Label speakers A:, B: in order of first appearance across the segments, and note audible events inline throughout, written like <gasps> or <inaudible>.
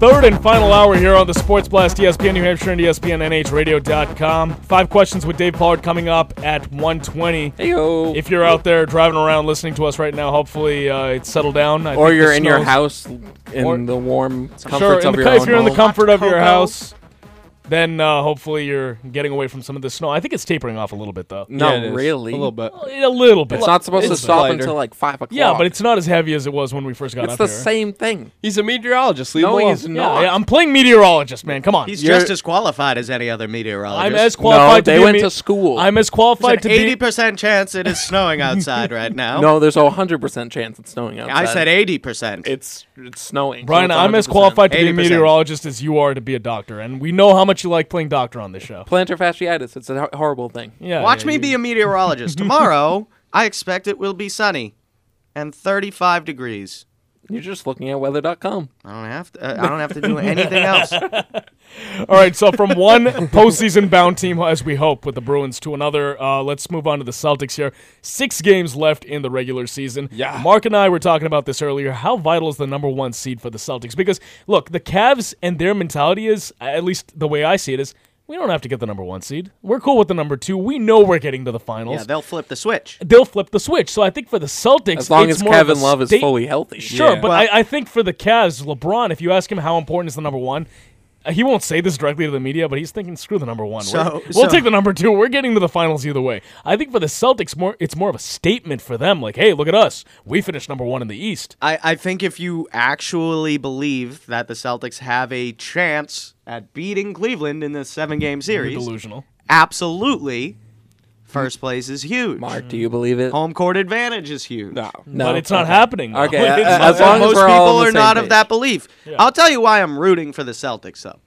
A: third and final hour here on the Sports Blast, E ESPN New Hampshire and ESPNNHradio.com. Five questions with Dave Pollard coming up at 1:20.
B: Heyo.
A: If you're out there driving around listening to us right now, hopefully uh, it's settled down. I
B: or
A: think the
B: you're in your
A: snow's-
B: house in
A: Or-
B: the warm
A: Sure,
B: comforts
A: in
B: of
A: the,
B: your
A: co- if
B: own
A: you're in the
B: home.
A: comfort of your
C: cocoa.
A: house, then uh, hopefully you're getting away from some of the snow. I think it's tapering off a little bit though.
B: Not
C: it is.
B: really.
C: A little bit.
A: A little bit.
B: It's not supposed to
C: It's
B: stop
C: lighter.
B: until like five o'clock.
A: yeah, but it's not as heavy as it was when we first got
B: it's
A: up
B: the
A: here.
B: same thing.
C: He's a meteorologist. Leave
B: No,
C: him alone.
B: he's
A: Yeah,
B: not.
A: yeah, I'm playing meteorologist, man. Come on.
D: He's
B: You're-
D: just as qualified as any other meteorologist.
A: I'm as
B: no,
A: qualified to
B: they
A: be a
B: went
A: me-
B: to school.
A: I'm as qualified
D: It's
A: to
D: an
A: be
D: eighty percent chance it is
A: <laughs>
D: snowing outside right now.
B: no, there's a hundred percent chance it's snowing outside.
D: I said eighty percent.
B: it's it's snowing.
A: Brian,
B: so it's
A: I'm as
B: 100%.
A: qualified to be a
D: 80%.
A: meteorologist as you are to be a doctor, and we know how much you like playing doctor on this show.
B: Plantar fasciitis. It's a hor- horrible thing.
A: Yeah,
D: Watch
A: yeah,
D: me
A: you-
D: be a
A: <laughs>
D: meteorologist tomorrow. I expect it will be sunny and thirty-five degrees.
B: You're just looking at weather.com.
D: I don't have to. Uh, I don't have to do
B: <laughs>
D: anything else.
A: <laughs> All right, so from
D: <laughs>
A: one postseason bound team, as we hope, with the Bruins to another, uh, let's move on to the Celtics here. Six games left in the regular season.
C: Yeah.
A: Mark and I were talking about this earlier. How vital is the number one seed for the Celtics? Because, look, the Cavs and their mentality is, at least the way I see it, is we don't have to get the number one seed. We're cool with the number two. We know we're getting to the finals.
D: Yeah, they'll flip the switch.
A: they'll flip the switch. So I think for the Celtics,
B: As long
A: it's
B: as
A: more of a
B: Kevin Love is
A: state-
B: fully healthy.
A: Sure,
C: Yeah.
A: but
D: Well-
A: I, I think for the Cavs, LeBron, if you ask him how important is the number one, uh, he won't say this directly to the media, but he's thinking, "Screw the number one. We're-
D: So-
A: we'll
D: so-
A: take the number two. We're getting to the finals either way." I think for the Celtics, more it's more of a statement for them, like, "Hey, look at us. We finished number one in the East."
D: I, I think if you actually believe that the Celtics have a chance at beating Cleveland in this seven-game
A: You're
D: series,
A: delusional.
D: absolutely, first place is huge.
B: Mark, do you believe it?
D: Home court advantage is huge.
C: No.
B: No.
A: but it's not
B: okay.
A: happening. though.
D: <laughs>
B: Okay,
A: It's
B: uh,
A: not-
B: as long as
D: most
B: we're
D: people
B: all on the
D: are
B: same
D: not
B: page.
D: of that belief.
A: Yeah.
D: I'll tell you why I'm rooting for the Celtics, though.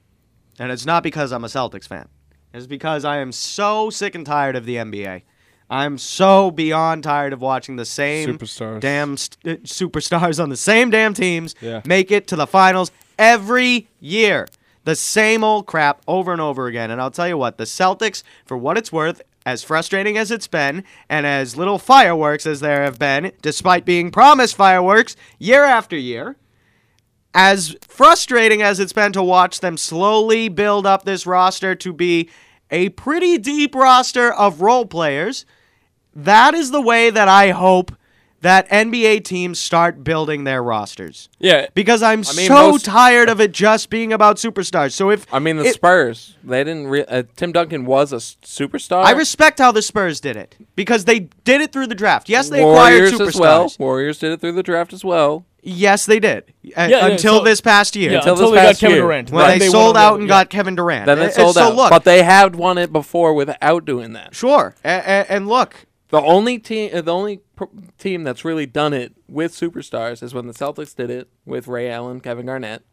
D: And it's not because I'm a Celtics fan. It's because I am so sick and tired of the NBA. I'm so beyond tired of watching the same
C: Superstars.
D: damn st- uh, superstars on the same damn teams
C: Yeah.
D: make it to the finals every year. The same old crap over and over again. And I'll tell you what, the Celtics, for what it's worth, as frustrating as it's been, and as little fireworks as there have been, despite being promised fireworks year after year, as frustrating as it's been to watch them slowly build up this roster to be a pretty deep roster of role players, that is the way that I hope that NBA teams start building their rosters.
C: Yeah.
D: Because I'm
B: mean,
D: so
B: most-
D: tired of it just being about superstars. So if
B: I mean, the
D: it-
B: Spurs. They didn't. Re- uh, Tim Duncan was a s- superstar.
D: I respect how the Spurs did it because they did it through the draft. Yes, they
B: Warriors
D: acquired superstars.
B: as well. Warriors did it through the draft as well.
D: Yes, they did. Uh,
A: yeah,
D: until
A: so-
D: this past year.
A: yeah,
B: Until
A: until,
B: this
A: they got
B: past
A: Kevin
B: year.
A: Durant,
D: when
A: Then
D: they,
A: won
D: sold
A: another-
D: out and
A: yeah.
D: got Kevin Durant.
B: Then they
D: And-
B: sold
D: so
B: out.
D: Look,
B: but they had won it before without doing that.
D: Sure. A- a- and look,
B: The only team, uh, the only pr- team that's really done it with superstars is when the Celtics did it with Ray Allen, Kevin Garnett.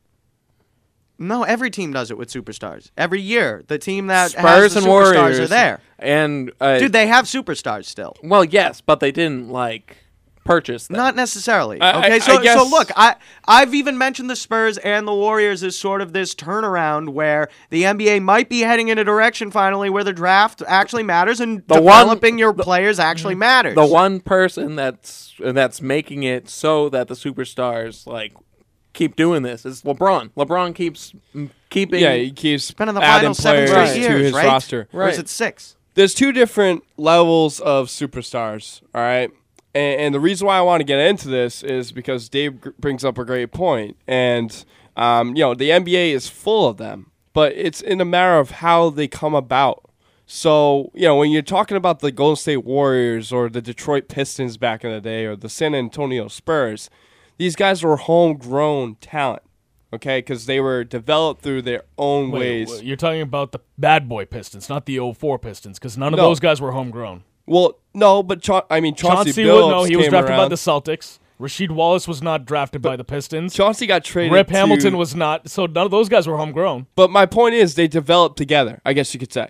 D: no, every team does it with superstars. Every year, the team that has
B: Spurs
D: the
B: and
D: superstars
B: Warriors
D: are there.
B: And uh,
D: Dude, they have superstars still.
B: well, yes, but they didn't like purchase them.
D: Not necessarily.
C: I- I-
D: okay,
C: I
D: so so
C: guess-
D: look, I I've even mentioned the Spurs and the Warriors as sort of this turnaround where the NBA might be heading in a direction finally where the draft actually matters and
B: The one-
D: developing your players
A: Mm-hmm.
D: actually matters.
B: Mm. the one person that's uh, that's making it so that the superstars like keep doing this is LeBron. LeBron keeps mm, keeping.
C: Yeah, he keeps
D: been in the
C: adding
D: final seven
C: players
D: straight
B: Right.
D: years,
C: to his
D: right?
C: roster.
D: Or is
B: Right.
D: it six?
C: There's two different levels of superstars. All right, and, and the reason why I want to get into this is because Dave gr- brings up a great point, and um, you know the NBA is full of them, but it's in a matter of how they come about. So, you know, when you're talking about the Golden State Warriors or the Detroit Pistons back in the day or the San Antonio Spurs, these guys were homegrown talent, okay? Because they were developed through their own
A: Wait,
C: ways.
A: wait, you're talking about the bad boy Pistons, not the 04 Pistons, because none of
C: No.
A: those guys were homegrown.
C: Well, no, but Cha- I mean Chauncey,
A: Chauncey,
C: Billups
A: would know he was
C: came
A: drafted by
C: around.
A: the Celtics. Rashid Wallace was not drafted by the Pistons.
C: Chauncey got traded.
A: Rip
C: to-
A: Hamilton was not. So none of those guys were homegrown.
C: But my point is, they developed together. I guess you could say.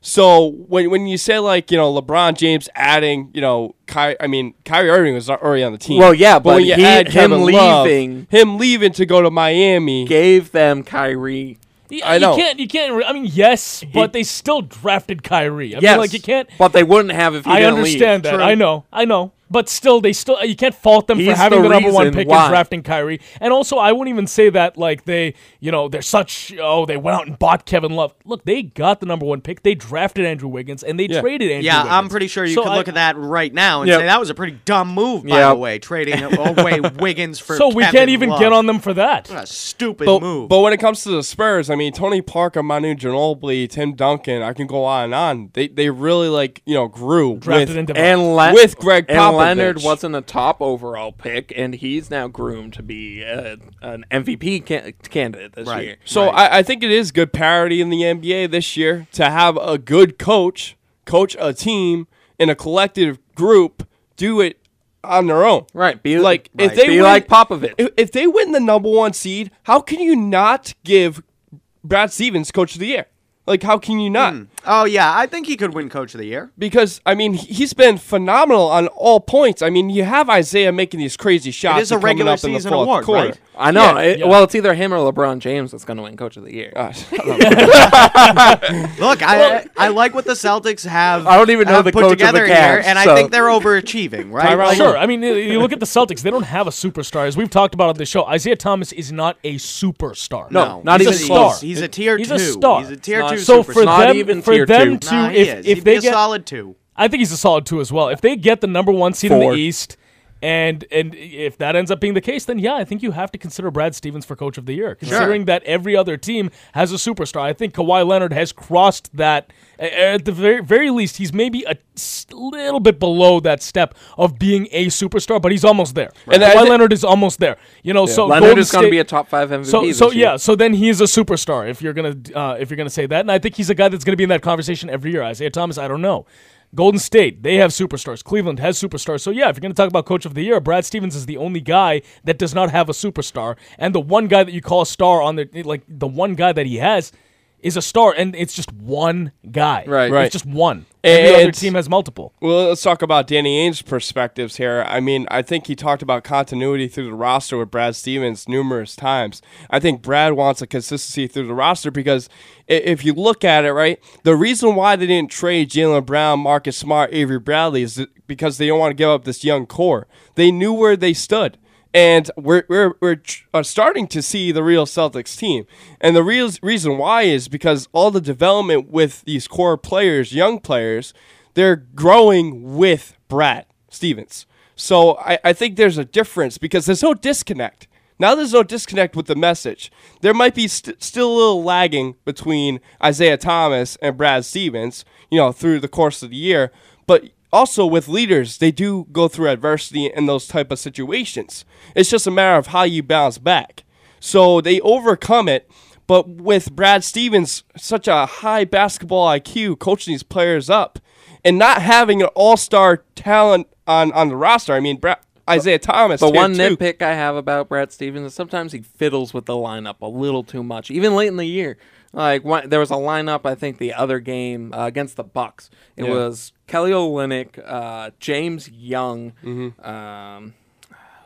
C: So when when you say like you know LeBron James adding you know Ky- I mean Kyrie Irving was already on the team.
B: Well, yeah, but
C: when you
B: he-
C: add
B: him
C: Kevin Love,
B: leaving-
C: him leaving to go to Miami.
B: gave them Kyrie.
C: I know.
A: You can't. You can't. re- I mean, yes, but they still drafted Kyrie. I mean, like you can't.
B: but they wouldn't have if he
A: I
B: didn't leave.
A: understand that. I know. I know. But still, they still you can't fault them for
B: He's
A: having
B: the
A: the, number one
B: reason
A: pick
B: why.
A: and drafting Kyrie. And also, I wouldn't even say that like they, you know, they're such oh they went out and bought Kevin Love. Look, they got the number one pick. They drafted Andrew Wiggins and they
C: Yeah.
A: traded Andrew.
D: Yeah, I'm
A: Wiggins.
D: pretty sure you
A: So
D: could
A: I-
D: look at that right now and
B: Yep.
D: say that was a pretty dumb move, by
B: Yep.
D: the way, trading oh, away Wiggins for.
A: So we
D: Kevin
A: can't even
D: Love.
A: get on them for that.
D: What a stupid
C: But,
D: move.
C: but when it comes to the Spurs, I mean, Tony Parker, Manu Ginobili, Tim Duncan, I can go on and on. They they really like you know grew
A: Drafted
C: with
A: and developed.
B: And Le-
C: With Greg
B: and
C: Popovich.
B: Leonard wasn't a top overall pick, and he's now groomed to be uh, an MVP ca- candidate this
D: Right.
B: year.
C: So I, I think it is good parity in the NBA this year to have a good coach coach a team in a collective group do it on their own.
B: Right, be
C: like if
B: right,
C: they
B: be
C: win,
B: like Popovich.
C: If, if they win the number one seed, how can you not give Brad Stevens coach of the year? Like how can you not?
B: Hmm.
D: oh yeah, I think he could win Coach of the Year.
C: Because I mean he- he's been phenomenal on all points. I mean you have Isaiah making these crazy shots.
D: is a
C: and coming
D: regular
C: up in the
D: season
C: fourth
D: award,
C: quarter.
D: right?
B: I know.
A: Yeah,
B: it-
A: yeah.
B: Well, it's either him or LeBron James that's going to win Coach of the Year.
D: <laughs>
C: Ah,
B: <laughs>
C: shut up.
D: Look, I I like what the Celtics have.
B: I don't even know
D: have
B: the
D: put
B: coach of the
D: together here,
B: Cavs,
D: and I
B: so-
D: think they're overachieving, right?
C: Tyronn
D: Like,
A: Sure. I mean, you- you look at the Celtics; they don't have a superstar. As we've talked about on the show, Isaiah Thomas is not a superstar.
B: No,
D: no,
B: not
D: he's
B: even
D: a
B: close.
D: star. He's a tier
A: He's
D: two.
A: a star.
D: He's a tier
B: It's
D: two.
A: So
B: not-
D: superstar.
A: for
B: Not
A: them,
B: even
A: for
B: tier
A: them
B: two.
A: to,
D: Nah, he
A: if,
D: is.
A: if
D: He'd
A: they
D: be
A: get,
D: a solid two.
A: I think he's a solid two as well. If they get the number one seed in
B: Four.
A: the East, and and if that ends up being the case, then yeah, I think you have to consider Brad Stevens for Coach of the Year, considering that every other team has a superstar. I think Kawhi Leonard has crossed that. a- At the very, very least, he's maybe a s- little bit below that step of being a superstar, but he's almost there.
C: And I
A: Kawhi
C: thi-
A: Leonard is almost there. You know, so
B: Leonard
A: Golden
B: is going to
A: State-
B: be a top five MVP.
A: so,
B: this
A: so
B: year.
A: yeah, so then he is a superstar if you're gonna uh, if you're gonna say that, and I think he's a guy that's gonna be in that conversation every year. Isaiah Thomas, I don't know. Golden State, they have superstars. Cleveland has superstars. So yeah, if you're gonna talk about Coach of the Year, Brad Stevens is the only guy that does not have a superstar, and the one guy that you call a star on the like the one guy that he has is a star, and it's just one guy.
B: Right.
A: It's
C: Right.
A: just one.
C: And-
A: every other team has multiple.
C: Well, let's talk about Danny Ainge's perspectives here. I mean, I think he talked about continuity through the roster with Brad Stevens numerous times. I think Brad wants a consistency through the roster because i- if you look at it, right, the reason why they didn't trade Jalen Brown, Marcus Smart, Avery Bradley is th- because they don't want to give up this young core. They knew where they stood. And we're, we're, we're tr- uh, starting to see the real Celtics team. And the real s- reason why is because all the development with these core players, young players, they're growing with Brad Stevens. So I, I think there's a difference because there's no disconnect. Now there's no disconnect with the message. There might be st- still a little lagging between Isaiah Thomas and Brad Stevens, you know, through the course of the year. But also with leaders, they do go through adversity in those type of situations. It's just a matter of how you bounce back. So they overcome it. But with Brad Stevens, such a high basketball IQ, coaching these players up, and not having an all-star talent on, on the roster. I mean, Brad, Isaiah Thomas.
B: The
C: here
B: one
C: too.
B: nitpick I have about Brad Stevens is sometimes he fiddles with the lineup a little too much, even late in the year. Like one, there was a lineup, I think the other game uh, against the Bucks. It was Kelly Olynyk, uh, James Young,
C: Mm-hmm.
B: um,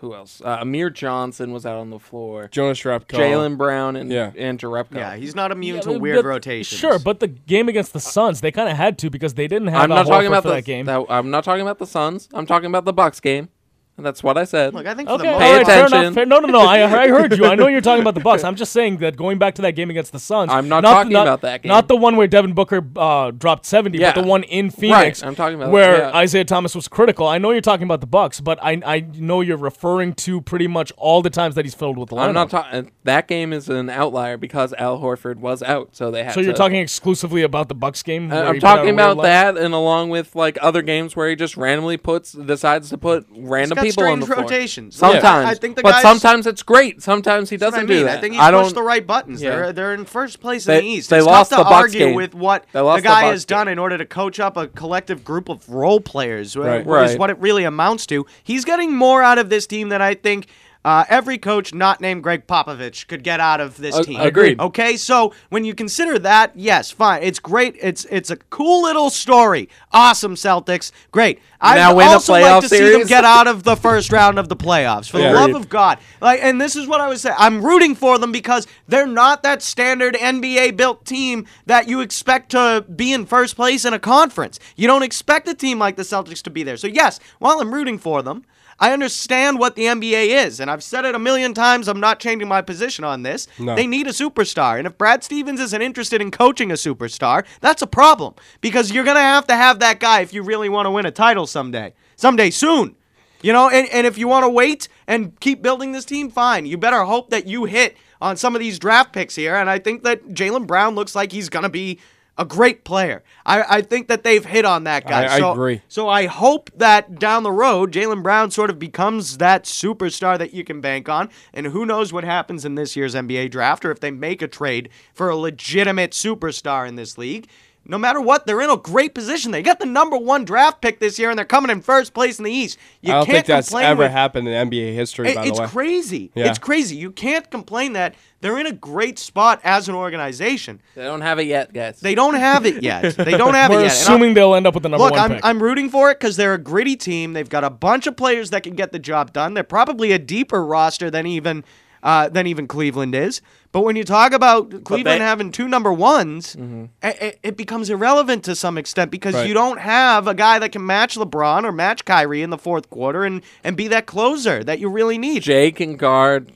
B: who else? Uh, Amir Johnson was out on the floor.
C: Jonas Repko.
B: Jalen Brown and
C: Yeah.
B: and Jarebko.
D: Yeah, he's not immune
A: Yeah,
D: to
A: but-
D: weird
A: but-
D: rotations.
A: Sure, but the game against the Suns, they kind of had to because they didn't have.
B: I'm
A: Al
B: not talking
A: Horford
B: about
A: for
B: the,
A: that game.
B: I'm not talking about the Suns. I'm talking about the Bucks game. And that's what I said.
D: look, I think for
A: Okay,
D: the most
A: all right,
D: part-
A: Oh, fair
B: attention.
A: enough. Fair- no, no, no. I, I heard you. I know you're talking about the Bucks. I'm just saying that going back to that game against the Suns.
B: I'm not
A: the-
B: talking about that game.
A: Not the one where Devin Booker uh, dropped 70,
B: Yeah.
A: but the one in Phoenix.
B: I'm talking about-
A: where
B: yeah.
A: Isaiah Thomas was critical. I know you're talking about the Bucks, but I I know you're referring to pretty much all the times that he's filled with the lineup.
B: I'm not talking. That game is an outlier because Al Horford was out, so they had.
A: so you're
B: to-
A: talking exclusively about the Bucks game.
B: I-
A: where
B: Uh, I'm
A: he put out
B: talking
A: a weird
B: about
A: lineup? <laughs>
B: that, and along with like other games where he just randomly puts decides to put random
D: got
B: people
D: strange
B: on the floor.
D: rotations. Yeah.
B: Sometimes,
D: I- I think the
B: but
D: guys-
B: sometimes it's great. Sometimes he
D: That's
B: doesn't
D: what I mean.
B: do that.
D: I think he's
B: I don't.
D: pushed the right buttons.
B: Yeah.
D: They're they're in first place
B: They-
D: in the East.
B: they
D: it's
B: lost
D: tough to
B: the Bucks
D: argue
B: game.
D: with what
B: They lost
D: the
B: the
D: guy
B: Bucks
D: has done
B: game.
D: in order to coach up a collective group of role players. uh,
C: Right.
D: Is
B: Right.
D: what it really amounts to. He's getting more out of this team than I think Uh, every coach not named Greg Popovich could get out of this
B: Ag-
D: team.
B: agreed.
D: Okay, so when you consider that, yes, fine, it's great. It's it's a cool little story. Awesome Celtics, great.
B: Now
D: I would
B: win a
D: also like
B: playoff
D: to see them
B: series.
D: get out of the first round of the playoffs. For
C: Yeah.
D: the love
B: Agreed.
D: of God, like, and this is what I was saying. I'm rooting for them because they're not that standard NBA built team that you expect to be in first place in a conference. You don't expect a team like the Celtics to be there. So yes, while I'm rooting for them. I understand what the NBA is, and I've said it a million times. I'm not changing my position on this.
C: No.
D: They need a superstar, and if Brad Stevens isn't interested in coaching a superstar, that's a problem because you're going to have to have that guy if you really want to win a title someday, someday soon. You know, and, and if you want to wait and keep building this team, fine. You better hope that you hit on some of these draft picks here. And I think that Jalen Brown looks like he's going to be a great player. I, I think that they've hit on that guy.
C: I- I
D: so,
C: agree.
D: So I hope that down the road, Jalen Brown sort of becomes that superstar that you can bank on. And who knows what happens in this year's NBA draft or if they make a trade for a legitimate superstar in this league. No matter what, they're in a great position. They got the number one draft pick this year, and they're coming in first place in the East. You
C: I don't
D: can't
C: think that's
D: complain
C: ever
D: with-
C: happened in NBA history.
D: It-
C: by
D: it's
C: the way,
D: crazy.
C: Yeah.
D: It's crazy. You can't complain that they're in a great spot as an organization.
B: They don't have it yet, guys.
D: They don't have it yet. They
C: <laughs>
D: don't have
A: We're
D: it yet. And I'm-
A: assuming they'll end up with the number
D: Look,
A: one
D: I'm,
A: pick.
D: I'm rooting for it because they're a gritty team. They've got a bunch of players that can get the job done. They're probably a deeper roster than even uh, than even Cleveland is. But when you talk about Cleveland
B: they-
D: having two number ones,
B: Mm-hmm.
D: i- i- it, becomes irrelevant to some extent because
C: Right.
D: you don't have a guy that can match LeBron or match Kyrie in the fourth quarter and and be that closer that you really need.
B: Jay can guard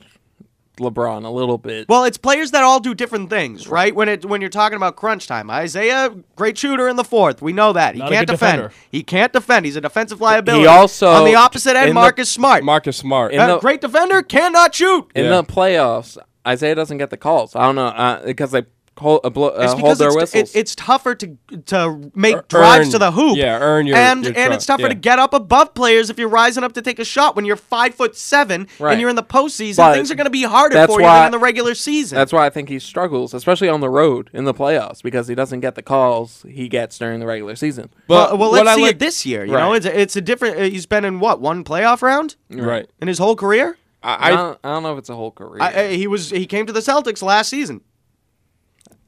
B: LeBron a little bit.
D: Well, it's players that all do different things, right? When it when you're talking about crunch time, Isaiah, great shooter in the fourth. We know that he
A: Not a
D: can't
A: good
D: defend.
A: defender.
D: He can't defend. He's a defensive liability.
B: also-
D: on the opposite
B: in
D: end,
B: the-
D: Marcus Smart,
C: Marcus Smart.
B: In
D: Uh,
B: the-
D: great defender, cannot shoot.
B: in
C: Yeah.
B: the uh, playoffs, Isaiah doesn't get the calls. I don't know uh, because they hold, uh, blow, uh,
D: It's
B: hold
D: because
B: their
D: it's,
B: whistles. Er,
D: it- it's tougher to to make
C: Earn-
D: drives to the hoop.
C: yeah, earn your-
D: and
C: your
D: and
C: tru-
D: it's tougher
C: yeah.
D: to get up above players if you're rising up to take a shot when you're five foot seven
B: Right.
D: and you're in the postseason.
B: But
D: things are going to be harder
B: that's
D: for you
B: why-
D: than in the regular season.
B: That's why I think he struggles, especially on the road in the playoffs, because he doesn't get the calls he gets during the regular season.
D: well, well,
C: what
D: let's
C: I
D: see
C: like-
D: it this year. You
B: Right.
D: know, it's a- it's a different. uh, He's been in what one playoff round?
C: Right.
D: in his whole career.
B: I,
C: I, I
B: don't, I don't know if it's a whole career.
D: I,
B: I,
D: I, he was he came to the Celtics last season.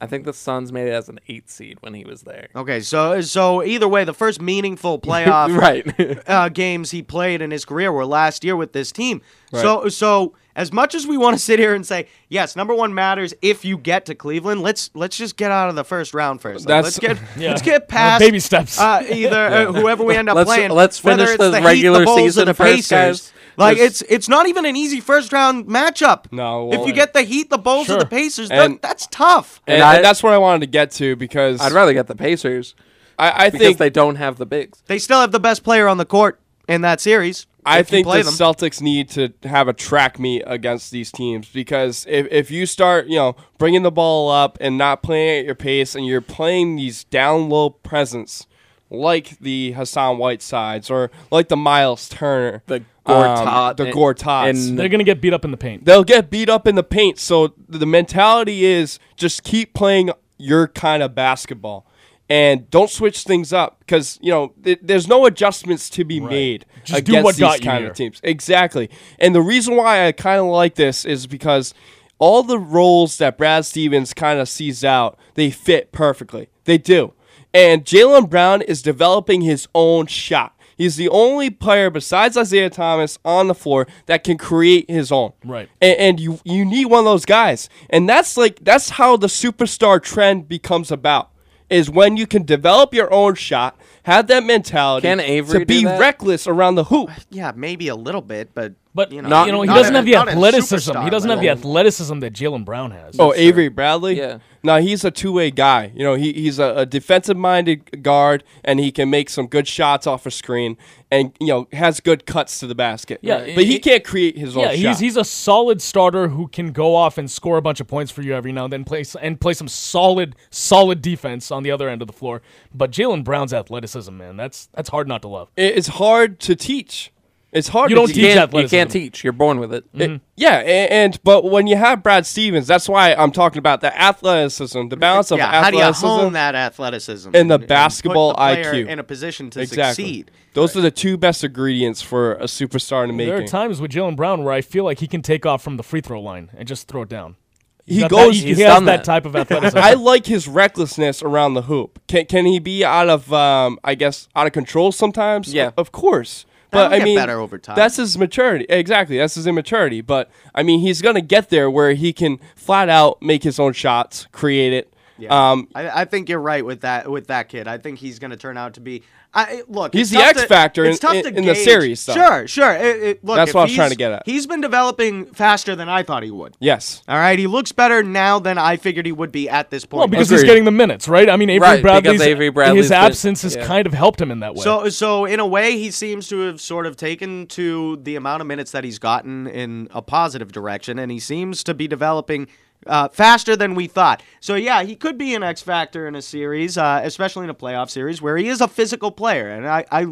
B: think the Suns made it as an eight seed when he was there.
D: Okay, so so either way, the first
B: <laughs>
D: meaningful playoff
B: right.
D: uh, games he played in his career were last year with this team. So so as much as we want to sit here and say yes, number one matters if you get to Cleveland. Let's let's just get out of the first round first. Like,
C: That's-
D: let's
B: <laughs>
D: get
A: Yeah.
D: let's get past
A: baby steps.
D: Uh, either uh, whoever we end up
B: Let's-
D: playing.
B: let's
D: whether
B: finish
D: it's
B: the
D: Heat,
B: regular
D: Bulls, or
B: season
D: the
B: first, guys.
D: Pacers. Like
B: Let's-
D: it's it's not even an easy first round matchup.
C: No,
D: if
C: well,
D: you get the Heat, the Bulls, or
A: Sure.
D: the Pacers,
C: And-
D: that, that's tough.
C: and
B: And I-
C: I- that's what I wanted to get to because
B: I'd rather get the Pacers
C: I, I
B: because
C: think
B: they don't have the bigs.
D: They still have the best player on the court in that series.
C: I
D: if you
C: think
D: play
C: the
D: them.
C: Celtics need to have a track meet against these teams because if, if you start, you know, bringing the ball up and not playing at your pace and you're playing these down low presence like the Hassan Whitesides or like the Miles Turner,
B: The
C: um,
B: Gortat
C: the
B: and-
C: Gortats,
B: and-
A: They're gonna get beat up in the paint.
C: they'll get beat up in the paint. So the mentality is just keep playing your kind of basketball and don't switch things up because you know th- there's no adjustments to be made
A: Just do
C: against
A: what
C: these
A: got you
C: kind
A: here.
C: of teams. Exactly. And the reason why I kind of like this is because all the roles that Brad Stevens kind of sees out, they fit perfectly. They do. And Jalen Brown is developing his own shot. He's the only player besides Isaiah Thomas on the floor that can create his own.
A: Right.
C: And, and you you need one of those guys. And that's like that's how the superstar trend becomes about is when you can develop your own shot, have that mentality
B: Can
C: to
B: Avery do
C: be
B: that?
C: reckless around the hoop.
D: yeah, maybe a little bit, but
A: But
D: you know,
B: Not-
A: you know he
D: not
A: doesn't
D: at-
A: have the
D: not at
A: athleticism. He
D: superstar
A: doesn't have the
D: level.
A: athleticism that Jalen Brown has.
C: Oh, Avery Bradley.
B: Yeah.
C: Now he's a two-way guy. You know, he, he's a, a defensive-minded guard, and he can make some good shots off a screen, and you know has good cuts to the basket.
A: Yeah,
C: but he
A: it-
C: can't create his own.
A: Yeah, he's
C: shot.
A: he's a solid starter who can go off and score a bunch of points for you every now and then, play s- and play some solid solid defense on the other end of the floor. But Jalen Brown's athleticism, man, that's that's hard not to love.
C: It- it's hard to teach. It's hard.
A: You
C: to
A: don't
C: de-
A: teach
B: You can't, you
A: athleticism.
B: can't teach. You're born with it.
C: It- yeah, and, and but when you have Brad Stevens, that's why I'm talking about the athleticism, the balance of
D: yeah, how do you
C: athleticism
D: hone that athleticism
C: and the
D: put
C: basketball
D: the player
C: IQ.
D: in a position to
C: exactly.
D: succeed?
C: Those are the two best ingredients for a superstar to make.
A: There are times with Jalen Brown where I feel like he can take off from the free throw line and just throw it down. He's
C: He
A: got
C: goes-
A: That, he
B: he's
A: has
B: done
A: that
B: that.
A: type
B: <laughs>
A: of athleticism.
C: I like his recklessness around the hoop. Can can he be out of um I guess out of control sometimes?
B: Yeah.
C: Of, of course.
D: That'll
C: But I
D: get
C: mean
D: better over time.
C: That's his maturity. Exactly. That's his immaturity. But I mean he's gonna get there where he can flat out make his own shots, create it.
D: Yeah.
C: Um
D: I, I think you're right with that with that kid. I think he's going to turn out to be. I look.
C: He's
D: it's
C: the
D: tough
C: X
D: to-
C: factor
D: it's
C: in-
D: tough
C: in-
D: to
C: in the
D: gauge.
C: series, though.
D: Sure, sure. It- it- look,
C: That's
D: if
C: what I was trying
D: he's-
C: to get at.
D: He's been developing faster than I thought he would.
C: yes.
D: All right, he looks better now than I figured he would be at this point.
A: well, because he's
C: Agreed.
A: getting the minutes, right? I mean, Avery
B: Right, because
A: Bradley's,
B: Avery Bradley's
A: his
B: been-
A: absence has
B: yeah.
A: kind of helped him in that way.
D: So, so in a way, he seems to have sort of taken to the amount of minutes that he's gotten in a positive direction, and he seems to be developing uh, faster than we thought. So, yeah, he could be an X factor in a series, uh, especially in a playoff series where he is a physical player, and I, I,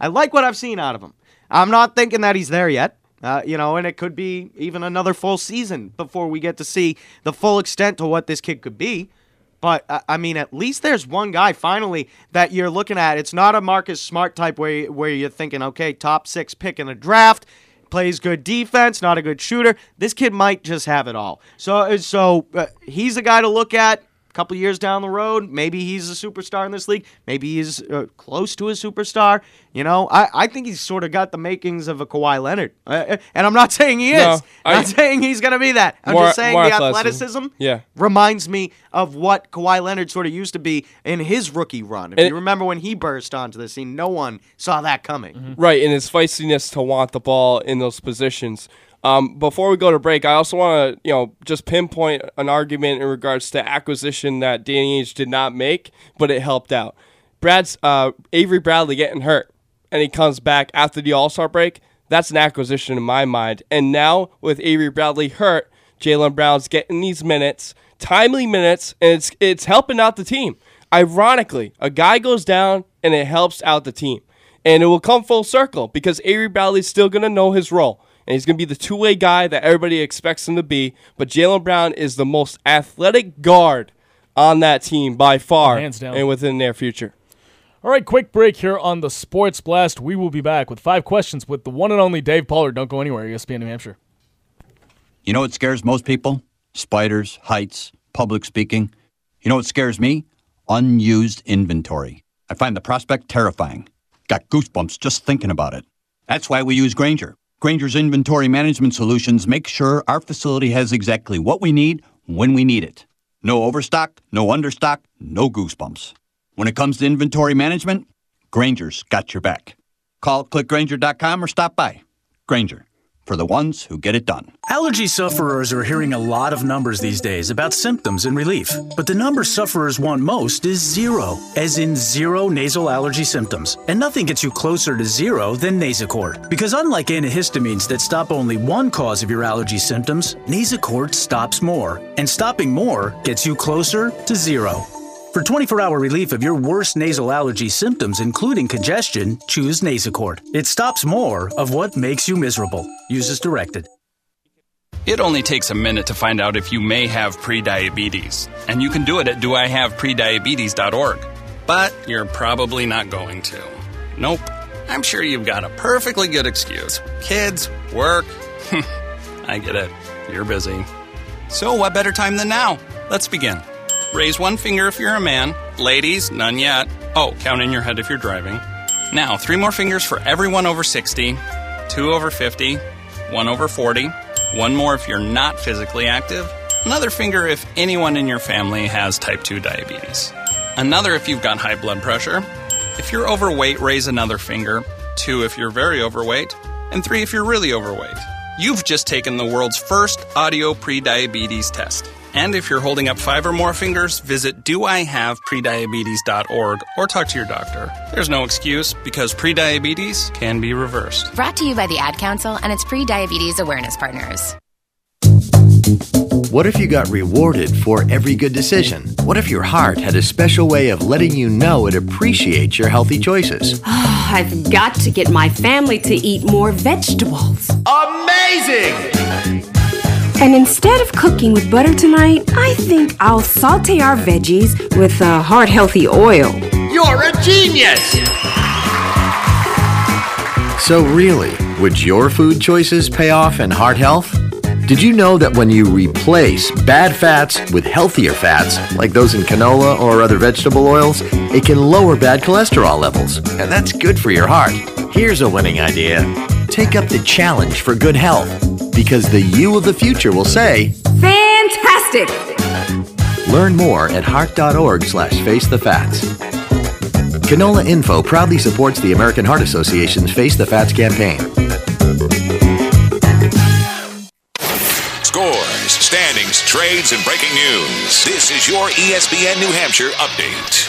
D: I like what I've seen out of him. I'm not thinking that he's there yet. Uh, you know, and it could be even another full season before we get to see the full extent to what this kid could be. But uh, I I mean, at least there's one guy finally that you're looking at. It's not a Marcus Smart type where you- where you're thinking, okay, top six pick in the draft, plays good defense, not a good shooter. This kid might just have it all. So so uh, he's a guy to look at. A couple years down the road, maybe he's a superstar in this league. Maybe he's uh, close to a superstar. You know, I, I think he's sort of got the makings of a Kawhi Leonard. Uh, Uh, and I'm not saying he is.
C: No, I-
D: not saying he's going to be that. I'm
C: More-
D: just saying
C: more
D: the
C: athleticism.
D: athleticism
C: Yeah.
D: reminds me of what Kawhi Leonard sort of used to be in his rookie run. If
C: And-
D: you remember when he burst onto the scene, no one saw that coming.
C: Mm-hmm. Right, and his feistiness to want the ball in those positions. Um, before we go to break, I also want to, you know, just pinpoint an argument in regards to acquisition that Danny Ainge did not make, but it helped out. Brad's uh, Avery Bradley getting hurt, and he comes back after the All Star break. That's an acquisition in my mind. And now with Avery Bradley hurt, Jalen Brown's getting these minutes, timely minutes, and it's it's helping out the team. Ironically, a guy goes down, and it helps out the team. And it will come full circle because Avery Bradley's still going to know his role. And he's going to be the two way guy that everybody expects him to be. But Jalen Brown is the most athletic guard on that team by far
A: Hands down.
C: and within their future.
A: All right, quick break here on the Sports Blast. We will be back with five questions with the one and only Dave Pollard. Don't go anywhere, E ESPN New Hampshire.
E: You know what scares most people? Spiders, heights, public speaking. You know what scares me? Unused inventory. I find the prospect terrifying. Got goosebumps just thinking about it. That's why we use Granger. Granger's inventory management solutions make sure our facility has exactly what we need when we need it. No overstock, no understock, no goosebumps. When it comes to inventory management, Granger's got your back. Call clickgranger.com or stop by. Granger, for the ones who get it done.
F: Allergy sufferers are hearing a lot of numbers these days about symptoms and relief, but the number sufferers want most is zero, as in zero nasal allergy symptoms. And nothing gets you closer to zero than Nasacort. Because unlike antihistamines that stop only one cause of your allergy symptoms, Nasacort stops more. And stopping more gets you closer to zero. For 24 hour relief of your worst nasal allergy symptoms, including congestion, choose Nasacort. It stops more of what makes you miserable. Use as directed.
G: It only takes a minute to find out if you may have prediabetes, and you can do it at doihaveprediabetes.org. But you're probably not going to. Nope. I'm sure you've got a perfectly good excuse. Kids, work. <laughs> I get it. You're busy. So, what better time than now? Let's begin. Raise one finger if you're a man. Ladies, none yet. Oh, count in your head if you're driving. Now, three more fingers for everyone over 60, two over 50, one over 40, one more if you're not physically active, another finger if anyone in your family has type 2 diabetes, another if you've got high blood pressure. If you're overweight, raise another finger, two if you're very overweight, and three if you're really overweight. You've just taken the world's first audio prediabetes test. And if you're holding up five or more fingers, visit doihaveprediabetes.org or talk to your doctor. There's no excuse because prediabetes can be reversed.
H: Brought to you by the Ad Council and its pre diabetes awareness partners. What if you got rewarded for every good decision? What if your heart had a special way of letting you know it appreciates your healthy choices?
I: <sighs> I've got to get my family to eat more vegetables.
H: Amazing!
I: And instead of cooking with butter tonight, I think I'll saute our veggies with uh, heart healthy oil.
H: You're a genius! So, really, would your food choices pay off in heart health? Did you know that when you replace bad fats with healthier fats, like those in canola or other vegetable oils, it can lower bad cholesterol levels? And that's good for your heart. Here's a winning idea take up the challenge for good health, because the you of the future will say,
I: Fantastic!
H: Learn more at heart.org slash face the facts. Canola Info proudly supports the American Heart Association's Face the Fats campaign.
J: Scores, standings, trades, and breaking news. This is your E ESPN New Hampshire update.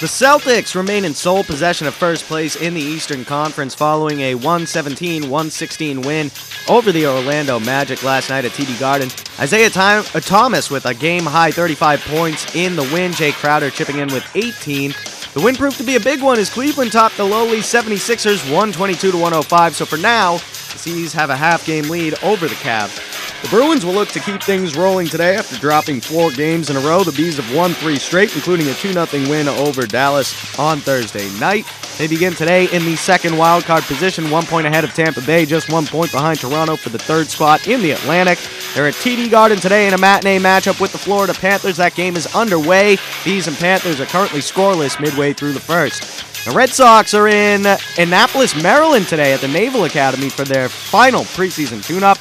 D: The Celtics remain in sole possession of first place in the Eastern Conference following a 117 116 win over the Orlando Magic last night at TD Garden. Isaiah Ty- uh, Thomas with a game high 35 points in the win. Jay Crowder chipping in with 18. The win proved to be a big one as Cleveland topped the lowly 76ers 122 to 105. So for now, the Seas have a half game lead over the Cavs. The Bruins will look to keep things rolling today after dropping four games in a row. The Bees have won three straight, including a 2 0 win over Dallas on Thursday night. They begin today in the second wild card position, one point ahead of Tampa Bay, just one point behind Toronto for the third spot in the Atlantic. They're at TD Garden today in a matinee matchup with the Florida Panthers. That game is underway. Bees and Panthers are currently scoreless midway through the first. The Red Sox are in Annapolis, Maryland today at the Naval Academy for their final preseason tune up.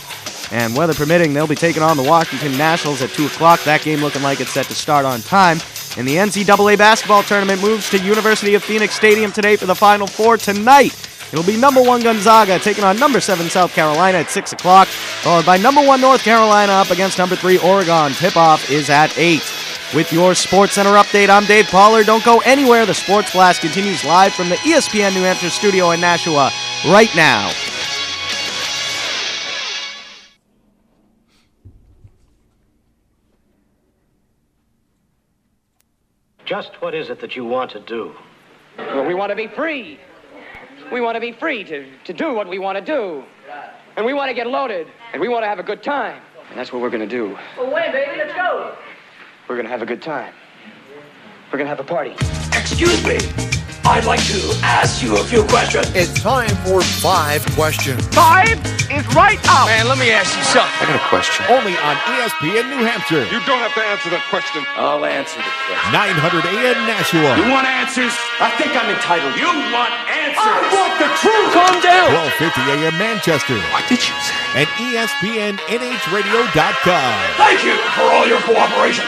D: And weather permitting, they'll be taking on the Washington Nationals at 2 o'clock. That game looking like it's set to start on time. And the NCAA basketball tournament moves to University of Phoenix Stadium today for the Final Four tonight. It'll be number one Gonzaga taking on number seven South Carolina at 6 o'clock, followed by number one North Carolina up against number three Oregon. Tip off is at 8. With your Sports Center update, I'm Dave Pollard. Don't go anywhere. The Sports Blast continues live from the E ESPN New Hampshire studio in Nashua right now.
K: Just what is it that you want to do?
L: Well, we want to be free. We want to be free to, to do what we want to do. And we want to get loaded. And we want to have a good time. And that's what we're going to do.
M: Well, win, baby, let's go.
L: We're going to have a good time. We're going to have a party.
N: Excuse me. I'd like to ask you a few questions.
H: It's time for five questions.
L: Five is right up. Man, let me ask you something.
N: I got a question. Only on ESPN New Hampshire. You don't have to answer that question.
L: I'll answer the question.
N: 900 AM Nashua.
L: You want answers? I think I'm entitled. You want answers? I want the truth. Calm down.
N: 1250 AM Manchester. What did you say? And ESPNNHradio.com.
L: Thank you for all your cooperation.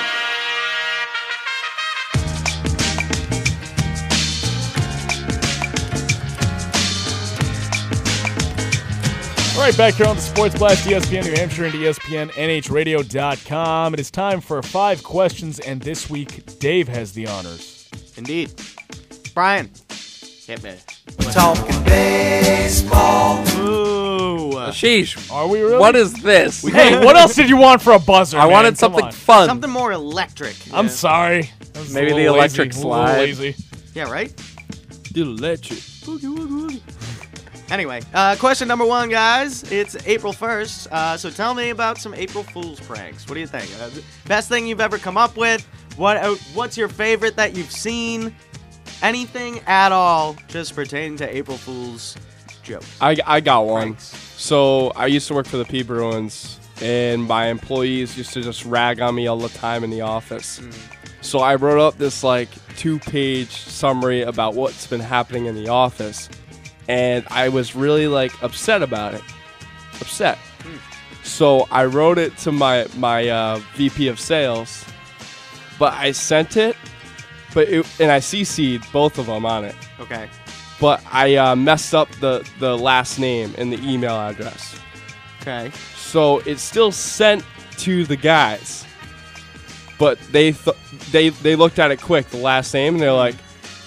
A: All right, back here on the Sports Blast, E ESPN New Hampshire and ESPNNHradio.com. It is time for five questions, and this week Dave has the honors.
D: Indeed. Brian, hit me.
L: Talking baseball.
D: Ooh.
B: Sheesh.
A: Are we really?
B: What is this?
A: <laughs> hey, what else did you want for a <laughs> buzzer?
B: I
A: man?
B: wanted
A: Come
B: something
A: on.
B: fun.
D: Something more electric.
A: I'm sorry. That was a
B: Maybe the
A: little lazy,
B: electric
A: a little
B: slide.
A: Lazy.
D: Yeah, right?
B: electric.
D: Anyway, uh, question number one, guys. It's April 1st, uh, so tell me about some April Fool's pranks. What do you think? Uh, best thing you've ever come up with? What? Uh, what's your favorite that you've seen? Anything at all just pertaining to April Fool's joke?
C: I, I got one.
D: Thanks.
C: So I used to work for the P Bruins, and my employees used to just rag on me all the time in the office. So I wrote up this like two page summary about what's been happening in the office, and I was really like upset about it. Upset. So I wrote it to my my uh, VP of sales, but I sent it, but it, and I CC'd both of them on it
D: Okay.
C: but I uh, messed up the, the last name and the email address.
D: Okay.
C: So it's still sent to the guys, but they th- they they looked at it quick, the last name, and they're like,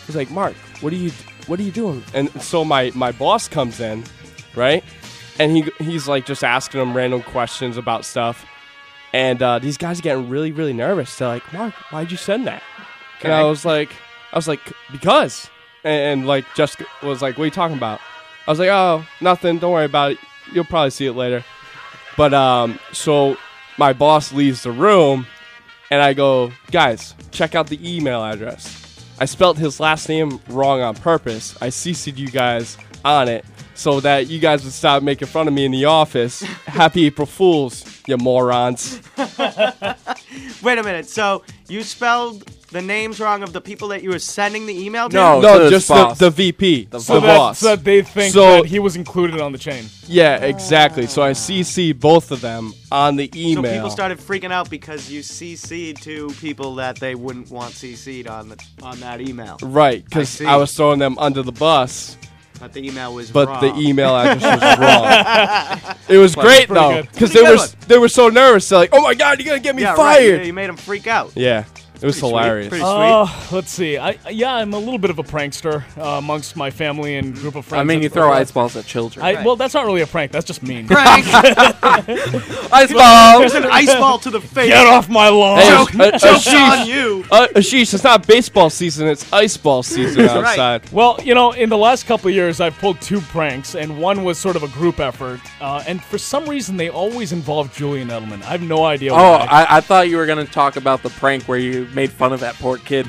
C: "He's like Mark, what are you what are you doing?" And so my my boss comes in, right, and he he's like just asking him random questions about stuff, And uh, these guys are getting really, really nervous. They're like, Mark, why'd you send that? And I
B: Okay.
C: was like, I was like, because. And, and like, Jessica was like, what are you talking about? I was like, oh, nothing. Don't worry about it. You'll probably see it later. But um, so my boss leaves the room, and I go, guys, check out the email address. I spelt his last name wrong on purpose. I CC'd you guys on it so that you guys would stop making fun of me in the office. Happy April Fools, you morons.
D: Wait a minute. So you spelled the names wrong of the people that you were sending the email to?
C: no, just the, the VP, the,
A: so that,
C: boss.
A: so that they think
C: So-
A: that he was included on the chain.
C: yeah, exactly. So I CC'd both of them on the
D: So
C: email.
D: people started freaking out because you CC'd to people that they wouldn't want CC'd on the on that email.
C: Right, because
D: see.
C: I, was throwing them under the bus.
D: But the email was
C: But
D: wrong.
C: the email address
D: <laughs>
C: was wrong. It was
D: Well,
C: great
D: pretty
C: though,
D: good.
C: because they
D: Pretty
C: were
D: good
C: s- they were so nervous. They're like, "Oh my god, you're gonna get me
D: yeah, right,
C: fired!"
D: yeah, you made them freak out.
C: Yeah, it was hilarious.
A: Oh, let's see. I yeah, I'm a little bit of a prankster uh, amongst my family and group of friends.
B: I mean,
A: and-
B: you throw ice balls at children.
A: I, Well, that's not really a prank. That's just mean. <laughs>
B: Prank!
A: ice
B: ball!
D: There's an ice ball to the face.
A: Get off my lawn!
C: Hey,
A: Joke-
C: uh,
A: joke's
C: Ashish,
A: on you.
C: Uh, Ashish, it's not baseball season; it's
D: <laughs>
C: ice ball season
A: That's right.
C: outside.
A: Well, you know, in the last couple of years, I've pulled two pranks, and one was sort of a group effort. Uh, and for some reason, they always involve Julian Edelman. I have no idea.
B: Oh,
A: why.
B: I, I thought you were going to talk about the prank where you made fun of that poor kid.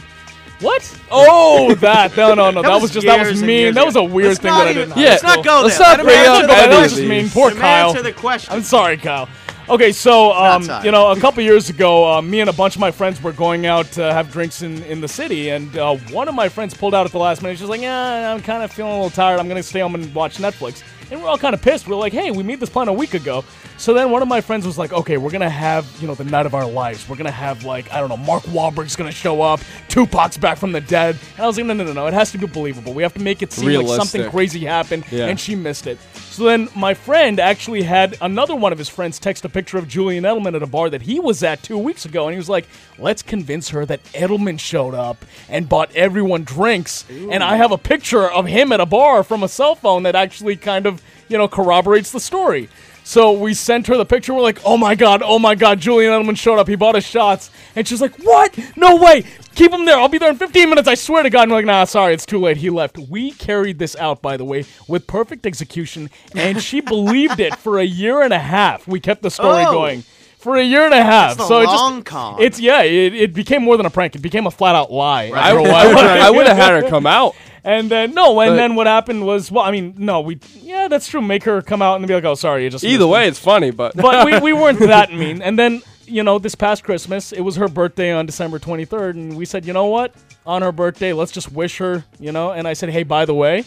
A: What? Oh, that. No,
D: <laughs>
A: no, no. That, was, just, that was mean. That was a weird thing that I didn't
B: Yeah,
A: Let's not
B: go
A: let's
B: there.
A: not
B: Let him
A: bring up
B: answer
A: that.
B: the
A: That was
B: question.
A: just mean. Poor
B: Let him
A: Kyle.
B: answer
D: the question.
A: I'm sorry, Kyle. Okay, so um,
D: sorry.
A: you know, a couple years ago, uh, me and a bunch of my friends were going out to have drinks in, in the city, and uh, one of my friends pulled out at the last minute. She's like, "Yeah, I'm kind of feeling a little tired. I'm gonna stay home and watch Netflix." And we're all kind of pissed. We're like, "Hey, we made this plan a week ago." So then one of my friends was like, "Okay, we're gonna have you know the night of our lives. We're gonna have like I don't know, Mark Wahlberg's gonna show up, Tupac's back from the dead." And I was like, "No, no, no, no. It has to be believable. We have to make it seem like something
C: Realistic.
A: crazy happened."
C: Yeah.
A: And she missed it. So then my friend actually had another one of his friends text a picture of Julian Edelman at a bar that he was at two weeks ago, and he was like, "Let's convince her that Edelman showed up and bought everyone drinks." And I have a picture of him at a bar from a cell phone that actually kind of you know corroborates the story. So we sent her the picture. We're like, "Oh my god, oh my god, Julian Edelman showed up. He bought us shots." And she's like, "What? No way! Keep him there. I'll be there in 15 minutes. I swear to God." And we're like, "Nah, sorry, it's too late. He left." We carried this out, by the way, with perfect execution, and
C: <laughs>
A: she believed it for a year and a half. We kept the story
D: Oh.
A: going for a year and a half.
D: That's the
A: so it
D: long
A: just,
D: con.
A: it's yeah, it, it became more than a prank. It became a flat out lie.
C: I
A: after a
C: would-
A: while.
C: I would- I would have
A: <laughs>
C: had her come out.
A: And then no, and
C: But-
A: then what happened was, well, I mean, no, we yeah, that's true. Make her come out and be like, "Oh, sorry, you just
C: Either way, it's funny, but
A: but we, we weren't
C: <laughs>
A: that mean. And then, you know, this past Christmas, it was her birthday on December 23rd, and we said, you know what? On her birthday, let's just wish her, you know? And I said, hey, by the way,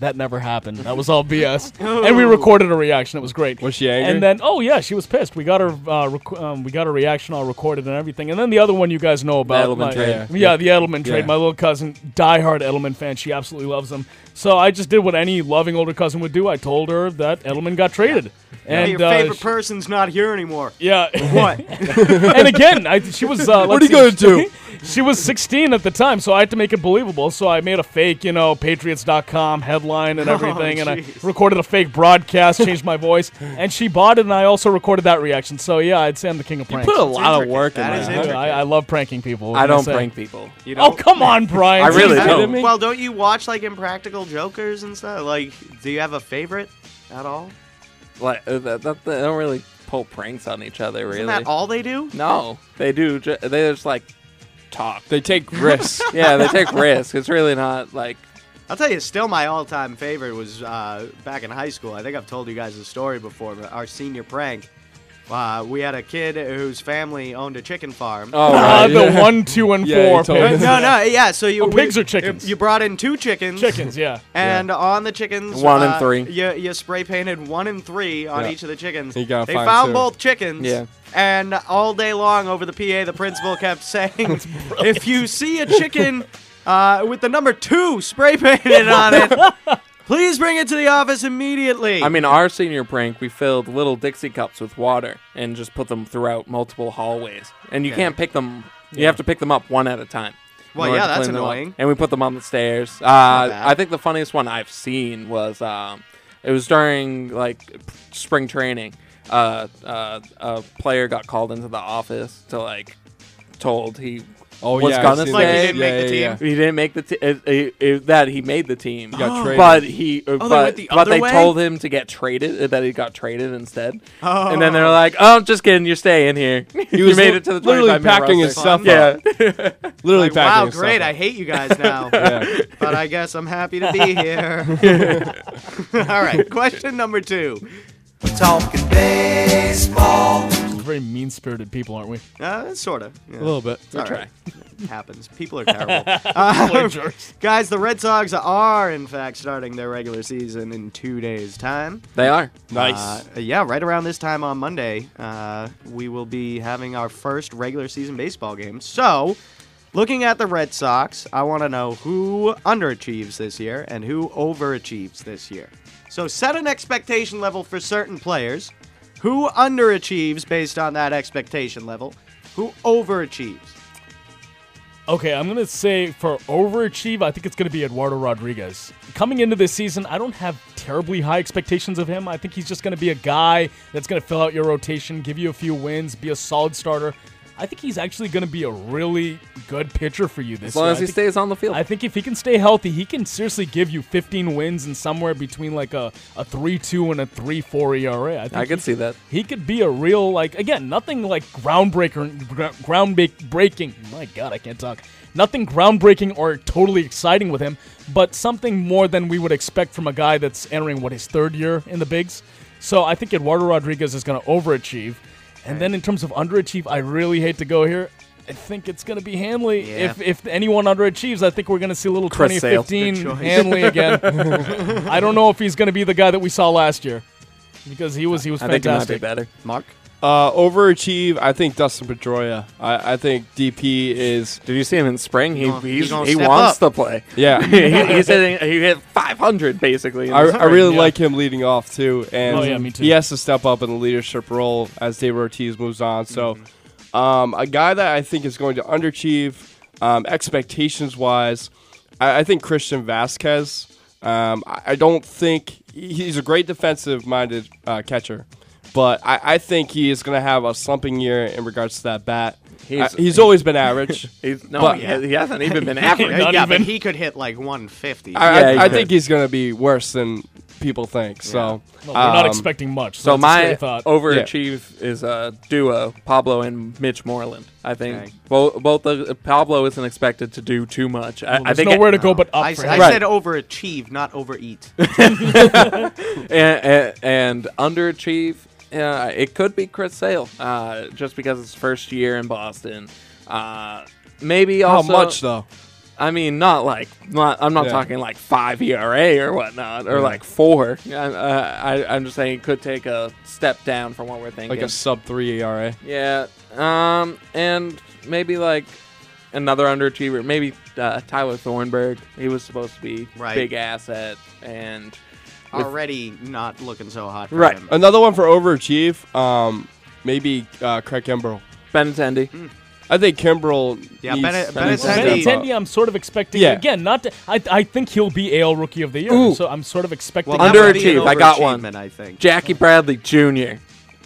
A: that never happened. That was all BS. and we recorded a reaction. It was great. Was
C: she angry?
A: And then, oh yeah, she was pissed. We got her, uh, rec- um, we got her reaction all recorded and everything. And then the other one you guys know about,
B: Edelman
A: my-
B: trade.
A: yeah, the Edelman trade.
B: Yeah.
A: My little cousin, diehard Edelman fan, she absolutely loves him. So I just did what any loving older cousin would do. I told her that Edelman got traded,
D: Hey,
A: and
D: your
A: uh,
D: favorite person's not here anymore.
A: yeah.
D: What?
A: <laughs>
C: <laughs>
A: and again, I, she was. Uh,
D: What
A: let's
D: are you
A: see,
D: gonna
A: <laughs> She was 16 at the time, so I had to make it believable. So I made a fake, you know, Patriots.com headline and
B: <laughs> Oh,
A: everything, and I
B: jeez.
A: recorded a fake broadcast, changed my voice, and she bought it, and I also recorded that reaction. So yeah, I'd say I'm the king of pranks.
B: put a That's lot of intricate. work in That that. is
A: I-
B: intricate.
A: I, I love pranking people. what
B: I
A: can
B: don't
A: say?
B: prank people. You
A: Oh
B: don't?
A: come
B: <laughs>
A: on, Brian! Are you kidding me?
D: Well, don't you watch like Impractical Jokers and stuff? Like, do you have a favorite at all?
B: Like uh, that, that, they don't really pull pranks on each other. Really,
D: Isn't that all they do?
B: No, they do. ju- They just like talk.
C: They take risks.
B: <laughs> yeah, they take risks. It's really not like
D: I'll tell you, still my all-time favorite was uh, back in high school. I think I've told you guys the story before, but our senior prank. Uh, we had a kid whose family owned a chicken farm.
A: Oh, <laughs> Ah, right. the Yeah. one, two, and Yeah, you four told pigs. me.
D: No, no, yeah. So you
A: Oh,
D: we-
A: pigs or chickens?
D: You brought in two chickens.
A: Chickens, yeah.
D: And on the chickens,
B: One and
D: uh,
B: three.
D: You, you spray painted one and three on
B: Yeah.
D: each of the chickens.
B: You gotta
D: they
B: find
D: found
B: two.
D: both chickens.
B: Yeah.
D: And all day long over the PA, the principal kept saying, "If you see a chicken uh, with the number two spray painted on
A: <laughs>
D: it, please bring it to the office immediately."
B: I mean, our senior prank, we filled little Dixie cups with water and just put them throughout multiple hallways. And you
D: Yeah.
B: can't pick them. You
D: Yeah.
B: have to pick them up one at a time. in
D: Well,
B: order
D: yeah,
B: to
D: that's
B: clean them up.
D: annoying.
B: And we put them on the stairs. Uh,
D: not bad.
B: I think the funniest one I've seen was um, it was during like p- spring training. uh, uh, a player got called into the office to like told he
C: Oh,
B: was
C: yeah, I've
B: gonna
C: seen Like he
B: stay.
C: didn't make the Yeah, yeah, team?
B: He didn't make the team. that he made the team.
C: He got
B: <gasps>
C: Oh. traded.
B: But he,
C: Oh, they
B: but,
C: went the
B: but
C: other
B: they
C: way?
B: told him to get traded. uh, That he got traded instead.
C: Oh.
B: And then they're like, "Oh, just kidding. You're
C: <laughs>
B: staying here. you
C: was
B: made
C: li-
B: it to the
C: literally
B: 25 man
C: packing his
B: roster.
C: stuff up.
B: Yeah, <laughs>
C: Literally
D: Like,
C: packing
D: wow,
C: his
D: great!
C: stuff up.
D: I hate you guys now,
C: Yeah.
D: but I guess I'm happy to be here. All right, question number two. Talking baseball.
A: Very mean spirited people, aren't we?
D: Uh, sort of. Yeah.
A: A little bit.
D: It's all right. It happens. People are terrible.
A: <laughs> People are
D: Um,
A: jerks.
D: <laughs> guys, the Red Sox are, in fact, starting their regular season in two days' time.
B: They are.
C: Nice.
D: Uh, yeah, right around this time on Monday, uh, we will be having our first regular season baseball game. So, looking at the Red Sox, I want to know who underachieves this year and who overachieves this year. So, set an expectation level for certain players. Who underachieves based on that expectation level? Who overachieves?
A: Okay, I'm gonna say for overachieve, I think it's gonna be Eduardo Rodriguez. Coming into this season, I don't have terribly high expectations of him. I think he's just gonna be a guy that's gonna fill out your rotation, give you a few wins, be a solid starter. I think he's actually gonna be a really good pitcher for you this
B: As long
A: year.
B: as
A: I
B: he
A: think-
B: stays on the field.
A: I think if he can stay healthy, he can seriously give you 15 wins and somewhere between like a, a 3-2 and a 3-4 ERA. I, think
B: I
A: he-
B: could see that.
A: He could be a real like again, nothing like groundbreaker, gra- groundbreaking. My God, I can't talk. Nothing groundbreaking or totally exciting with him, but something more than we would expect from a guy that's entering what his third year in the bigs. So I think Eduardo Rodriguez is going to overachieve, and then in terms of underachieve, I really hate to go here. I think it's going to be Hanley.
D: Yeah.
A: If if anyone underachieves, I think we're going to see a little
B: Chris Sale.
A: 2015
B: Good choice. <laughs>
A: Hanley again. I don't know if he's going to be the guy that we saw last year because he was he was
B: I think he might be
A: fantastic.
B: better.
D: Mark.
C: Uh, overachieve. I think Dustin Pedroia. I, I think DP is.
B: Did you see him in spring? He
C: gonna-
B: he's,
C: he gonna
B: he
C: step
B: wants
C: up.
B: to play.
C: <laughs> Yeah.
B: <laughs> he, he's hitting. He hit 500 basically. in
C: I,
B: the
C: I really
B: spring.
C: like him leading off too, and
A: Oh, yeah, me too.
C: he has to step up in the leadership role as David Ortiz moves on. So,
B: Mm-hmm.
C: um, a guy that I think is going to underachieve um, expectations wise, I, I think Christian Vasquez. Um, I, I don't think he's a great defensive minded uh, catcher, but I, I think he is going to have a slumping year in regards to that bat.
B: He's-
C: He's, he's always been average.
B: <laughs> He's- no,
C: but-
B: he has- he hasn't Oh, <laughs> even been average.
D: yeah, but he could hit like 150.
C: I, I-
B: he
C: I
B: could.
C: think he's going to be worse than people think. So
A: Well, we're not
C: um,
A: expecting much. So,
B: So
A: that's a
B: my
A: scary thought.
B: overachieve is a duo, Pablo and Mitch Moreland. I think both both of, Pablo isn't expected to do too much. I, I
A: there's
B: think
A: nowhere to go but up.
D: I,
A: for
D: I
A: him.
D: said overachieve, not overeat. <laughs>
B: and, and, and underachieve. Yeah, it could be Chris Sale, uh, just because it's first year in Boston. Uh, maybe
C: How
B: also
C: much though?
B: I mean, not like not. I'm not
C: Yeah.
B: talking like five ERA or whatnot, or
C: Yeah.
B: like four. I, I, I'm just saying it could take a step down from what we're thinking.
C: Like a sub three ERA.
B: yeah. Um, and maybe like another underachiever. Maybe uh, Tyler Thornburg. He was supposed to be
D: Right.
B: big asset and with-
D: Already not looking so hot. For
B: Right.
D: Him.
C: Another one for overachieve. Um, maybe uh, Craig Kimbrell.
B: Benintendi.
C: I think Kimbrell.
D: Yeah,
C: needs,
D: Bene-
C: needs to
D: Benintendi-
C: step up.
A: Benintendi, I'm sort of expecting
C: Yeah.
A: again. Not to, I, I think he'll be AL Rookie of the Year.
B: Ooh.
A: So I'm sort of expecting
D: Well, that would be an
B: Underachieved. I got one.
D: overachievement, I think.
B: Jackie Bradley Jr.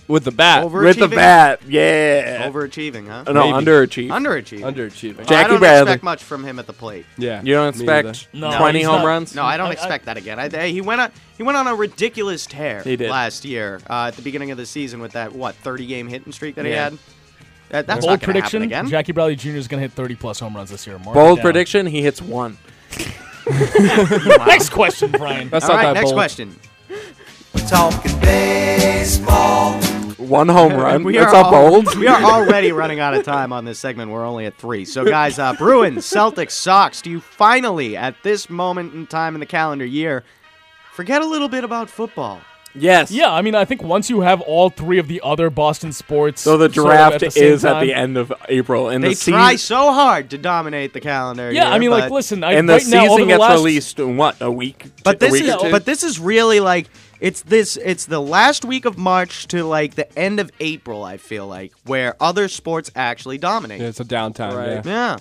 C: with the bat.
D: Overachieving?
B: with the bat. Yeah.
D: Overachieving, huh?
B: no,
C: Maybe.
B: underachieved.
D: Underachieving.
C: Underachieving.
D: I
B: Jackie
D: don't
B: Bradley.
D: expect much from him at the plate.
C: Yeah.
B: You don't
C: me neither.
B: expect
A: No,
B: 20
A: he's
B: home
A: not-
B: runs?
D: No, I don't
A: I-
D: expect that again. I, I- he went on he went on a ridiculous tear
B: He did.
D: last year uh, at the beginning of the season with that what 30 game hitting streak that he
B: Yeah.
D: had. That, that's
A: bold
D: not going to happen
A: prediction.
D: again.
A: Jackie Bradley Jr. is going to hit 30 plus home runs this year. Mark it
B: Bold
A: down.
B: prediction, he hits
A: <laughs>
B: one.
A: Next question, Brian.
C: That's
D: All
C: not
D: right,
C: that
D: next
C: bold.
D: question. Talking
B: <laughs>
D: baseball. <laughs>
B: One home run.
D: We
B: That's
D: are
B: all
D: al-
B: bold.
D: <laughs> we are already running out of time on this segment. We're only at three. So, guys, uh, Bruins, Celtics, Sox, do you finally, at this moment in time in the calendar year, forget a little bit about football?
B: Yes.
A: Yeah, I mean, I think once you have all three of the other Boston sports,
B: So the
A: sort of
B: draft
A: at the same
B: is at the
A: time-
B: end of April, and
D: They
B: the season
D: try so hard to dominate the calendar.
A: Yeah, I
D: year,
A: mean, like,
D: but-
A: listen, I,
B: and the
A: right now, over
B: season
A: the
B: gets
A: last,
B: released in what a week.
D: But
B: A
D: this
B: week
D: is
B: or two?
D: but this is really like it's this it's the last week of March to like the end of April. I feel like where other sports actually dominate.
C: Yeah, it's a downtime.
A: <laughs>
C: Yeah.
B: Right.
D: Yeah.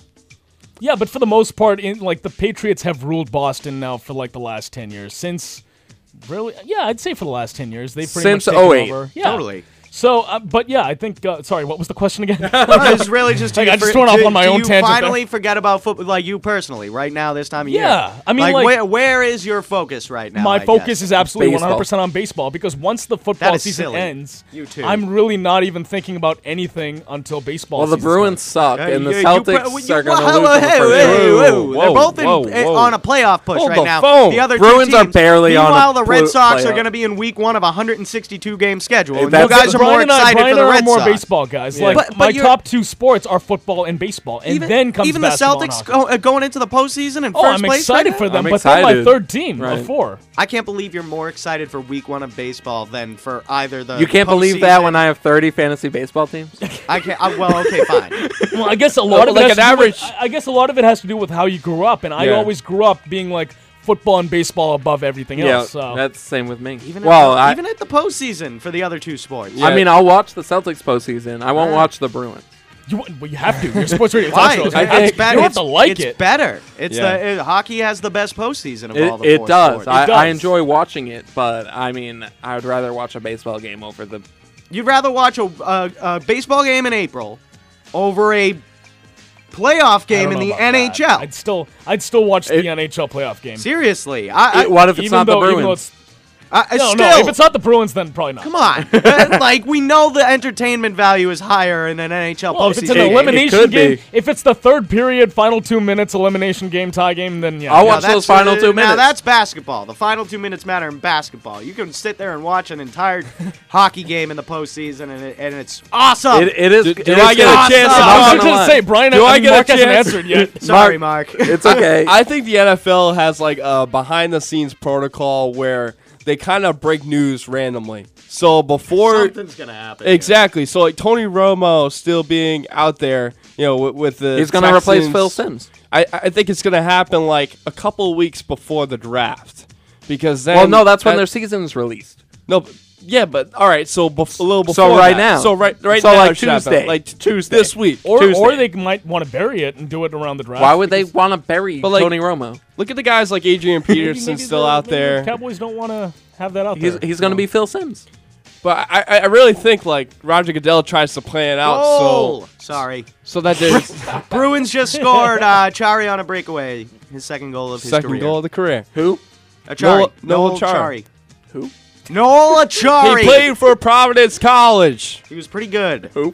A: Yeah, but for the most part, in like the Patriots have ruled Boston now for like the last ten years since Really? Yeah, I'd say for the last ten years they've pretty
B: Since
A: much taken
B: 08.
A: over. Yeah.
D: Totally.
A: So, uh, but yeah, I think. Uh, sorry, what was the question again?
D: Well, it's really just do
A: <laughs> like,
D: you
A: I just
D: for-
A: went off
D: do-
A: on my
D: do
A: own
D: you
A: tangent. there.
D: Finally, forget about football, like you personally, right now, this time of year.
A: Yeah, I mean, like-
D: where, where is your focus right now?
A: my
D: I
A: focus
D: guess?
A: is absolutely 100% on baseball because once the football
D: is
A: season
D: silly.
A: ends,
D: You too.
A: I'm really not even thinking about anything until baseball.
B: Well, the
A: season
B: Bruins
A: starts.
B: suck, and the Celtics are going to lose. in the
D: hey,
B: first
D: hey,
B: round.
D: whoa, they're both in, eh, on a playoff push
B: Hold
D: right
B: the
D: now.
B: phone.
D: The other two
B: Bruins are
D: teams-
B: barely on a
D: meanwhile, the
B: pl-
D: Red Sox are
B: playoff.
D: going to be in Week One of a 162 game schedule. and
A: That's
D: you guys
A: it.
D: are
A: Brian
D: more
A: and I-
D: excited
A: Brian
D: for the
A: and I are
D: Red
A: more
D: Sox.
A: baseball guys.
D: Yeah.
A: Like
D: But- but
A: my
D: you're-
A: top two sports are football and baseball, and then comes
D: even the
A: basketball and
D: Celtics
A: hockey.
D: go, uh, going into the postseason in
A: Oh,
D: first
A: I'm
D: place.
A: excited
D: right
A: for
D: now?
A: them, but they're my third team of four.
D: I can't believe you're more excited for Week One of baseball than for either the.
B: You can't believe that
D: postseason-
B: when I have 30 fantasy baseball teams?
D: I can't. I, well, okay, fine.
A: <laughs> Well, I guess a lot of
B: Like
A: it has
B: an
A: to do
B: <laughs>
A: with- I I guess a lot of it has to do with how you grew up, and I
B: Yeah.
A: always grew up being like football and baseball above everything
B: Yeah,
A: else. So
B: that's the same with me.
D: Even
B: well,
D: at the,
B: Oh, I,
D: even at the postseason for the other two sports.
B: I mean, I'll watch the Celtics postseason. I won't watch the Bruins.
A: you, well, you have to. Your sports radio talk
D: Why?
A: shows.
B: I
A: You
B: think-
A: have
D: bet-
A: to- you have to like
D: it's
A: it.
D: better. It's
B: Yeah.
D: the uh, hockey has the best postseason of all
B: It,
D: the
B: it
D: four
B: does.
D: sports.
B: I, I enjoy watching it, but I mean, I would rather watch a baseball game over the.
D: You'd rather watch a, a, a baseball game in April over a playoff game in
A: I don't
D: the
A: know about that.
D: NHL.
A: I'd still, I'd still watch the NHL playoff game.
D: Seriously, I, I
B: It- what if it's
A: even
B: not
A: though,
B: the
A: even though
B: Bruins?
A: it's,
D: I, I
A: no,
D: still
A: no. If it's not the Bruins, then probably not.
D: come
B: <laughs>
D: on. like we know the entertainment value is higher in an NHL
A: Well,
D: postseason.
A: if it's an
D: game.
A: elimination
B: could
A: game,
B: be.
A: if it's the third period, final two minutes elimination game, tie game, then yeah.
B: I'll
A: yeah.
B: watch
D: Now
B: those
D: that's-
B: final two
D: Now
B: minutes.
D: that's basketball. The final two minutes matter in basketball. You can sit there and watch an entire hockey game in the postseason, and, it, and it's awesome.
B: It, it is. Do,
C: do I get a chance to
A: I
C: talk?
A: was
B: Come
A: going to
B: on.
A: say, Brian,
C: Do
A: I,
C: I
A: mean,
C: get a
A: Mark hasn't
C: chance?
A: answered
D: <laughs>
A: yet.
B: <laughs>
D: Sorry, Mark. <laughs>
B: It's okay.
C: I think the NFL has like a behind the scenes protocol where they kind of break news randomly. So before
D: Something's gonna happen. here.
C: exactly, so like Tony Romo still being out there, you know, with, with the
B: He's going to replace
C: Texans.
B: Phil Sims.
C: I, I think it's going to happen like a couple weeks before the draft because then.
B: Well, no, that's when
C: that-
B: their season's released.
C: No, but- yeah, but all right. So bef- a little before.
B: So right
C: that.
B: now.
C: So right, right
B: So,
C: now.
B: like,
C: it should happen.
B: Tuesday.
C: like t- this week.
A: Or, or
C: Tuesday.
A: they might want to bury it and do it around the draft.
B: Why would they
A: because
B: want to bury
C: But, like,
B: Tony Romo?
C: look at the guys like
B: <laughs>
C: Adrian
A: maybe-
C: Peterson
A: maybe
C: still
A: the-
C: out
A: maybe the
C: there.
A: Cowboys don't want to have that out
B: He's,
A: there.
B: he's going to be Phil Sims.
C: But I, I I really think like Roger Goodell tries to play it out.
D: Oh,
C: So
D: sorry.
C: so
D: <laughs>
C: that is
D: Bruins just scored uh, Chari on a breakaway. His second goal of his
C: second
D: career.
C: goal of the career.
B: Who?
D: Achari.
C: Noel-
D: Noel,
C: Noel
D: Achari.
C: Achari.
B: Who?
D: Noel Achari.
C: He played for Providence College.
D: He was pretty good.
C: All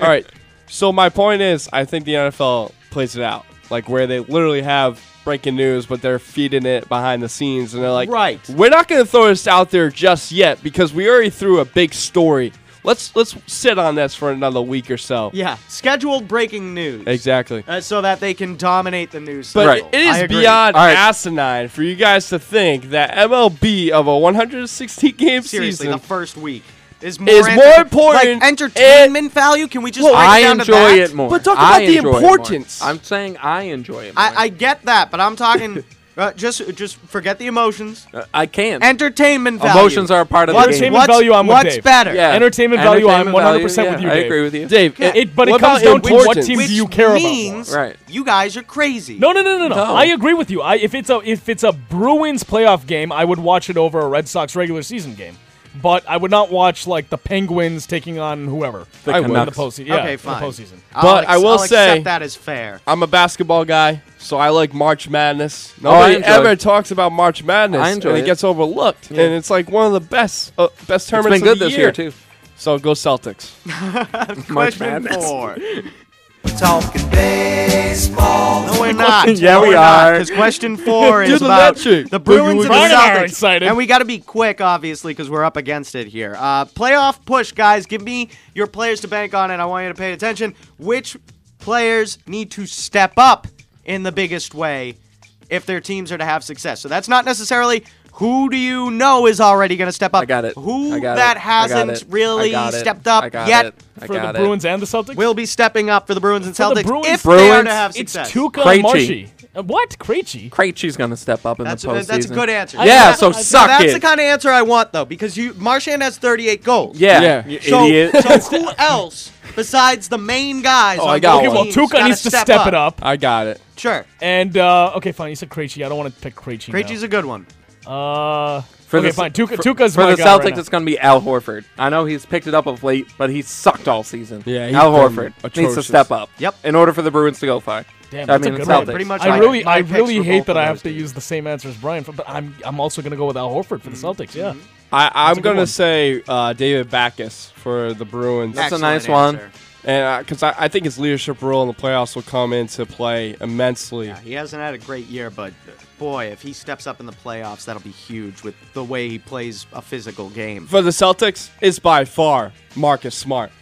C: right. So my point is, I think the NFL plays it out, like where they literally have breaking news, but they're feeding it behind the scenes, and they're like,
D: Right.
C: we're not going to throw this out there just yet because we already threw a big story. Let's let's sit on this for another week or so."
D: Yeah. Scheduled breaking news.
C: Exactly.
D: Uh, so that they can dominate the news.
C: But
D: cycle.
C: it
D: I
C: is
D: agree.
C: beyond
B: All right.
C: asinine for you guys to think that MLB of a 160 game
D: Seriously,
C: season
D: the first week is more,
C: is
D: enter-
C: more important
D: Like, entertainment value? Can we just break it
B: I
D: down to that?
B: enjoy it more.
C: But talk
B: I
C: about the
B: enjoy it more.
C: importance.
B: I'm saying I enjoy it. More.
D: I, I get that, but I'm talking. <laughs> Uh, just, just forget the emotions.
B: I, Uh, I can.
D: Entertainment value.
B: Emotions are a part of the
D: What's-
B: game.
A: Entertainment value, I'm with
D: what's
A: Dave.
D: better?
B: Yeah.
A: Entertainment value, I'm 100%
B: value,
A: with you,
B: I
A: Dave.
B: agree with you.
C: Dave,
A: It- but it
C: what
A: comes
C: about
A: down to what
C: importance?
A: team-
D: Which
A: do you care about more?
D: means
B: Right.
D: you guys are crazy.
A: No, no, no, no, no,
B: No.
A: I agree with you. I, if it's a if it's a Bruins playoff game, I would watch it over a Red Sox regular season game. But I would not watch like the Penguins taking on whoever
B: The
A: in the
B: Canucks.
A: postseason. Yeah,
D: okay,
A: in
D: fine.
A: The postseason.
D: I'll
C: But I will
D: I'll
C: say-
D: accept that is fair.
C: I'm a basketball guy, so I like March Madness.
B: Oh, I
C: Nobody
B: enjoy
C: ever
B: it.
C: talks about March Madness,
B: I enjoy
C: and it,
B: it.
C: gets overlooked.
B: Yeah.
C: And it's like one of the best uh, best
B: It's
C: tournaments
B: been good
C: of the
B: this
C: year.
B: year too.
C: So
D: <laughs>
C: go Celtics.
B: March
D: Question
B: Madness.
D: four.
A: <laughs>
D: We're talking baseball. No,
B: <laughs>
D: we're not.
B: Yeah,
D: No,
B: we
D: we're
B: are.
D: Because question
B: <laughs>
D: four
C: Do
D: is
C: the
D: about
C: metric.
D: the Bruins and the
A: Brian and I are
D: Celtics.
A: excited.
D: And we got to be quick, obviously, because we're up against it here. Uh, playoff push, guys. Give me your players to bank on, and I want you to pay attention. Which players need to step up in the biggest way if their teams are to have success? So that's not necessarily who do you know is already going to step up.
B: I got it.
D: Who
B: I got
D: that
B: it. I got
D: hasn't
B: it.
D: really
B: I got it.
D: stepped up
B: I got
D: yet
B: It. I
A: For the
B: got
A: Bruins and the Celtics?
D: will be stepping up for the Bruins and
A: For the
D: Celtics
A: Bruins-
D: if they are
B: Bruins,
D: to have
A: it's
D: success.
A: Tuca
B: Krejci.
A: and Marshy. Uh, What? Krejci?
B: Krejci's going to step up in
D: That's,
B: the
D: uh,
B: postseason.
D: that's a good answer.
A: I-
B: Yeah,
A: I-
B: so
A: I-
B: suck
D: that's
B: it.
D: the kind of answer I want though, because you Marchand has 38 goals.
B: yeah,
C: Yeah.
B: you
D: So,
B: idiot. Oh,
D: so who else besides the main guys? on
C: I got
D: both
A: Okay, well,
D: teams
A: Tuca
D: gotta
A: needs to step it up.
C: I got it.
D: Sure,
A: And, uh, okay, fine. You said Krejci. I don't want to pick Krejci.
D: Krejci's a good one.
A: now. Uh,
B: For
A: Okay,
B: the,
A: fine. Tuca-
B: for,
A: Tuca's
B: for
A: my
B: the
A: guy
B: Celtics.
A: right now.
B: it's going to be Al Horford. I know he's picked it up of late, but he sucked all season.
A: Yeah, he's
B: Al
A: been
B: Horford needs to
A: atrocious.
B: step up.
A: Yep.
B: In order for the Bruins to go far.
A: Damn,
B: I
A: that's
B: mean,
A: a
B: the
A: good one.
B: Celtics.
A: I really, I really hate that I have to use the same answer as Brian, but I'm, I'm also going to go with Al Horford
D: Mm-hmm.
A: for the Celtics. Yeah,
C: I,
A: That's
C: I'm
A: a good
C: going
A: one.
C: to say uh, David Backus for the Bruins.
B: That's a Excellent nice one. answer.
C: And because I, I think his leadership role in the playoffs will come into play immensely.
D: He hasn't had a great year, but boy, if he steps up in the playoffs, that'll be huge with the way he plays a physical game.
C: For the Celtics, it's by far Marcus Smart.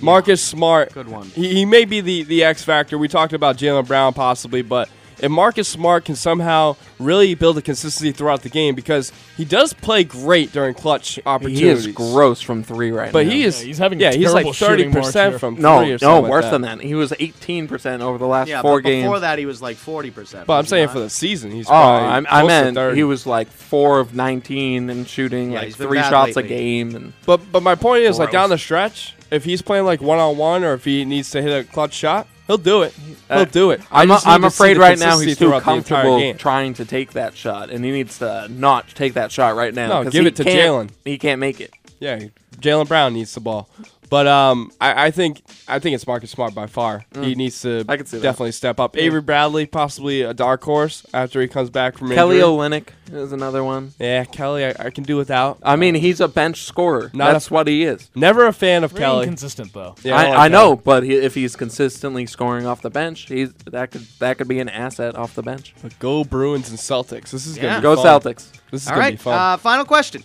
C: Marcus Smart.
D: Good one.
C: He, he may be the, the X factor. We talked about Jalen Brown possibly, but if Marcus Smart can somehow really build a consistency throughout the game, because he does play great during clutch
B: He
C: opportunities.
B: is gross from three right
C: But
B: now.
C: he is. yeah, he's like thirty percent from
B: no,
C: three or
B: no,
C: something like
B: worse
C: that.
B: than that. He was eighteen percent over the last
D: Yeah,
B: four
D: but before
B: games.
D: that, he was like 40%.
C: But I'm
D: was he
C: saying
D: not?
C: for the season, he's
B: oh, I,
C: probably
B: I
C: close to
B: meant
C: 30.
B: he was like four of nineteen and shooting like
C: he's been
B: three
C: bad
B: shots a
C: lately.
B: game. And
C: But but my point is like
B: Gross.
C: down the stretch, if he's playing like one on one or if he needs to hit a clutch shot, he'll do it. He'll
B: Uh,
C: do it. I
B: I'm,
C: just need
B: I'm
C: to see
B: afraid
C: the
B: right now
C: consistency
B: he's too
C: throughout the entire
B: comfortable
C: game.
B: trying to take that shot, and he needs to not take that shot right now.
C: No,
B: 'cause
C: give
B: he
C: it to Jalen.
B: can't- He can't make it.
C: Yeah, Jalen Brown needs the ball. But um, I, I think I think it's Marcus Smart by far.
B: Mm.
C: He needs to
B: I can see that.
C: definitely step up.
B: Yeah.
C: Avery Bradley possibly a dark horse after he comes back from
B: Kelly
C: injury.
B: Olynyk is another one.
C: Yeah, Kelly, I, I can do without.
B: I mean, he's a bench scorer.
C: Not a-
B: That's what he is.
C: Never a fan of
A: Very
C: Kelly.
A: inconsistent, though.
C: Yeah,
B: I,
C: like
B: I
C: that.
B: know, but he, if he's consistently scoring off the bench, he's that could that could be an asset off the bench.
C: But go Bruins and Celtics. This is gonna
B: Yeah.
C: be
B: Go
C: fun.
B: Celtics.
C: This is
D: All
C: gonna
D: right,
C: be fun.
D: Uh, final question.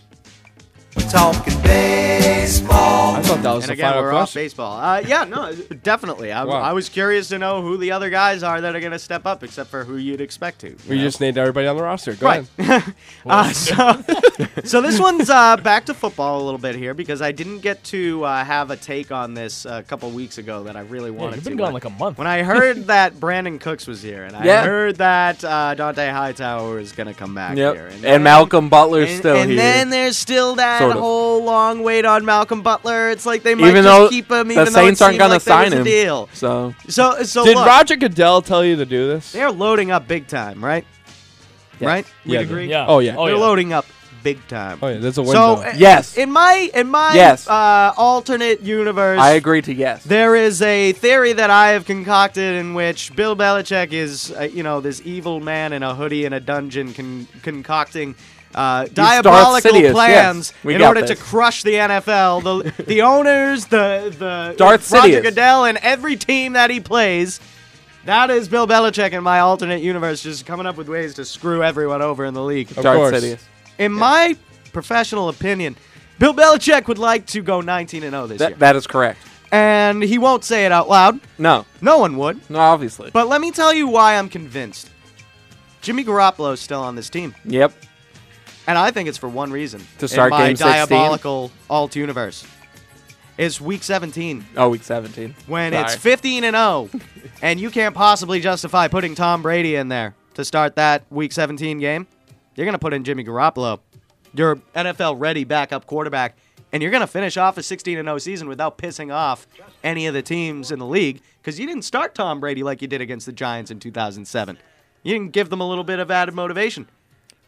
D: Talking
C: baseball. I thought that was
D: and
C: the
D: again,
C: final
D: we're off
C: question.
D: baseball. Uh, yeah, no, definitely. I,
C: Wow.
D: I was curious to know who the other guys are that are going to step up, except for who you'd expect to. you
C: We
D: know?
C: just named everybody on the roster. Go
D: Right.
C: ahead.
D: Uh, so, <laughs> so this one's uh, back to football a little bit here because I didn't get to uh, have a take on this uh, a couple weeks ago that I really wanted
A: you've
D: to.
A: been gone
D: When-
A: like a month.
D: When I heard <laughs> that Brandon Cooks was here, and I
A: Yeah.
D: heard that uh, Dante Hightower is going to come back
B: Yep.
D: here,
B: And Malcolm Butler's
D: and-
B: still
D: and
B: here.
D: then there's still that
B: Sort of.
D: whole long wait on Malcolm Butler. It's like <laughs> they might
B: Even
D: just
B: though
D: keep him,
B: the
D: even though
B: Saints
D: it
B: aren't
D: seemed
B: gonna
D: like there was
B: sign
D: a
B: him.
D: deal.
B: So
D: So, so
C: Did
D: look,
C: Roger Goodell tell you to do this?
D: they're loading up big time, right? Right? We
C: Yeah.
D: agree.
C: Yeah. Oh, yeah. Oh,
D: They're
C: yeah.
D: loading up big time.
C: Oh yeah, there's
D: So
C: a window.
D: uh,
B: Yes.
D: in my in my
B: Yes.
D: uh, alternate universe,
B: I agree to yes.
D: There is a theory that I have concocted in which Bill Belichick is, uh, you know, this evil man in a hoodie in a dungeon con- concocting uh,
B: Darth
D: diabolical
B: Sidious, yes.
D: plans
B: We
D: in
B: got
D: order
B: this.
D: to crush the NFL, the the owners, the the
B: Darth
D: Roger
B: Sidious.
D: Goodell, and every team that he plays. That is Bill Belichick in my alternate universe, just coming up with ways to screw everyone over in the league.
B: Of Darth course. Sidious.
D: In my professional opinion, Bill Belichick would like to go 19 and 0 this year
B: That, that is correct.
D: and he won't say it out loud.
B: No,
D: No one would.
B: no, obviously.
D: But let me tell you why I'm convinced. Jimmy Garoppolo is still on this team,
B: Yep.
D: and I think it's for one reason.
B: To start
D: in my
B: game 16?
D: diabolical alt universe. It's week 17
B: Oh, week seventeen.
D: when it's
B: Sorry.
D: 15 and 0, <laughs> and you can't possibly justify putting Tom Brady in there to start that week 17 game. You're going to put in Jimmy Garoppolo, your NFL ready backup quarterback, and you're going to finish off a 16 and 0 season without pissing off any of the teams in the league because you didn't start Tom Brady like you did against the Giants in 2007. You didn't give them a little bit of added motivation.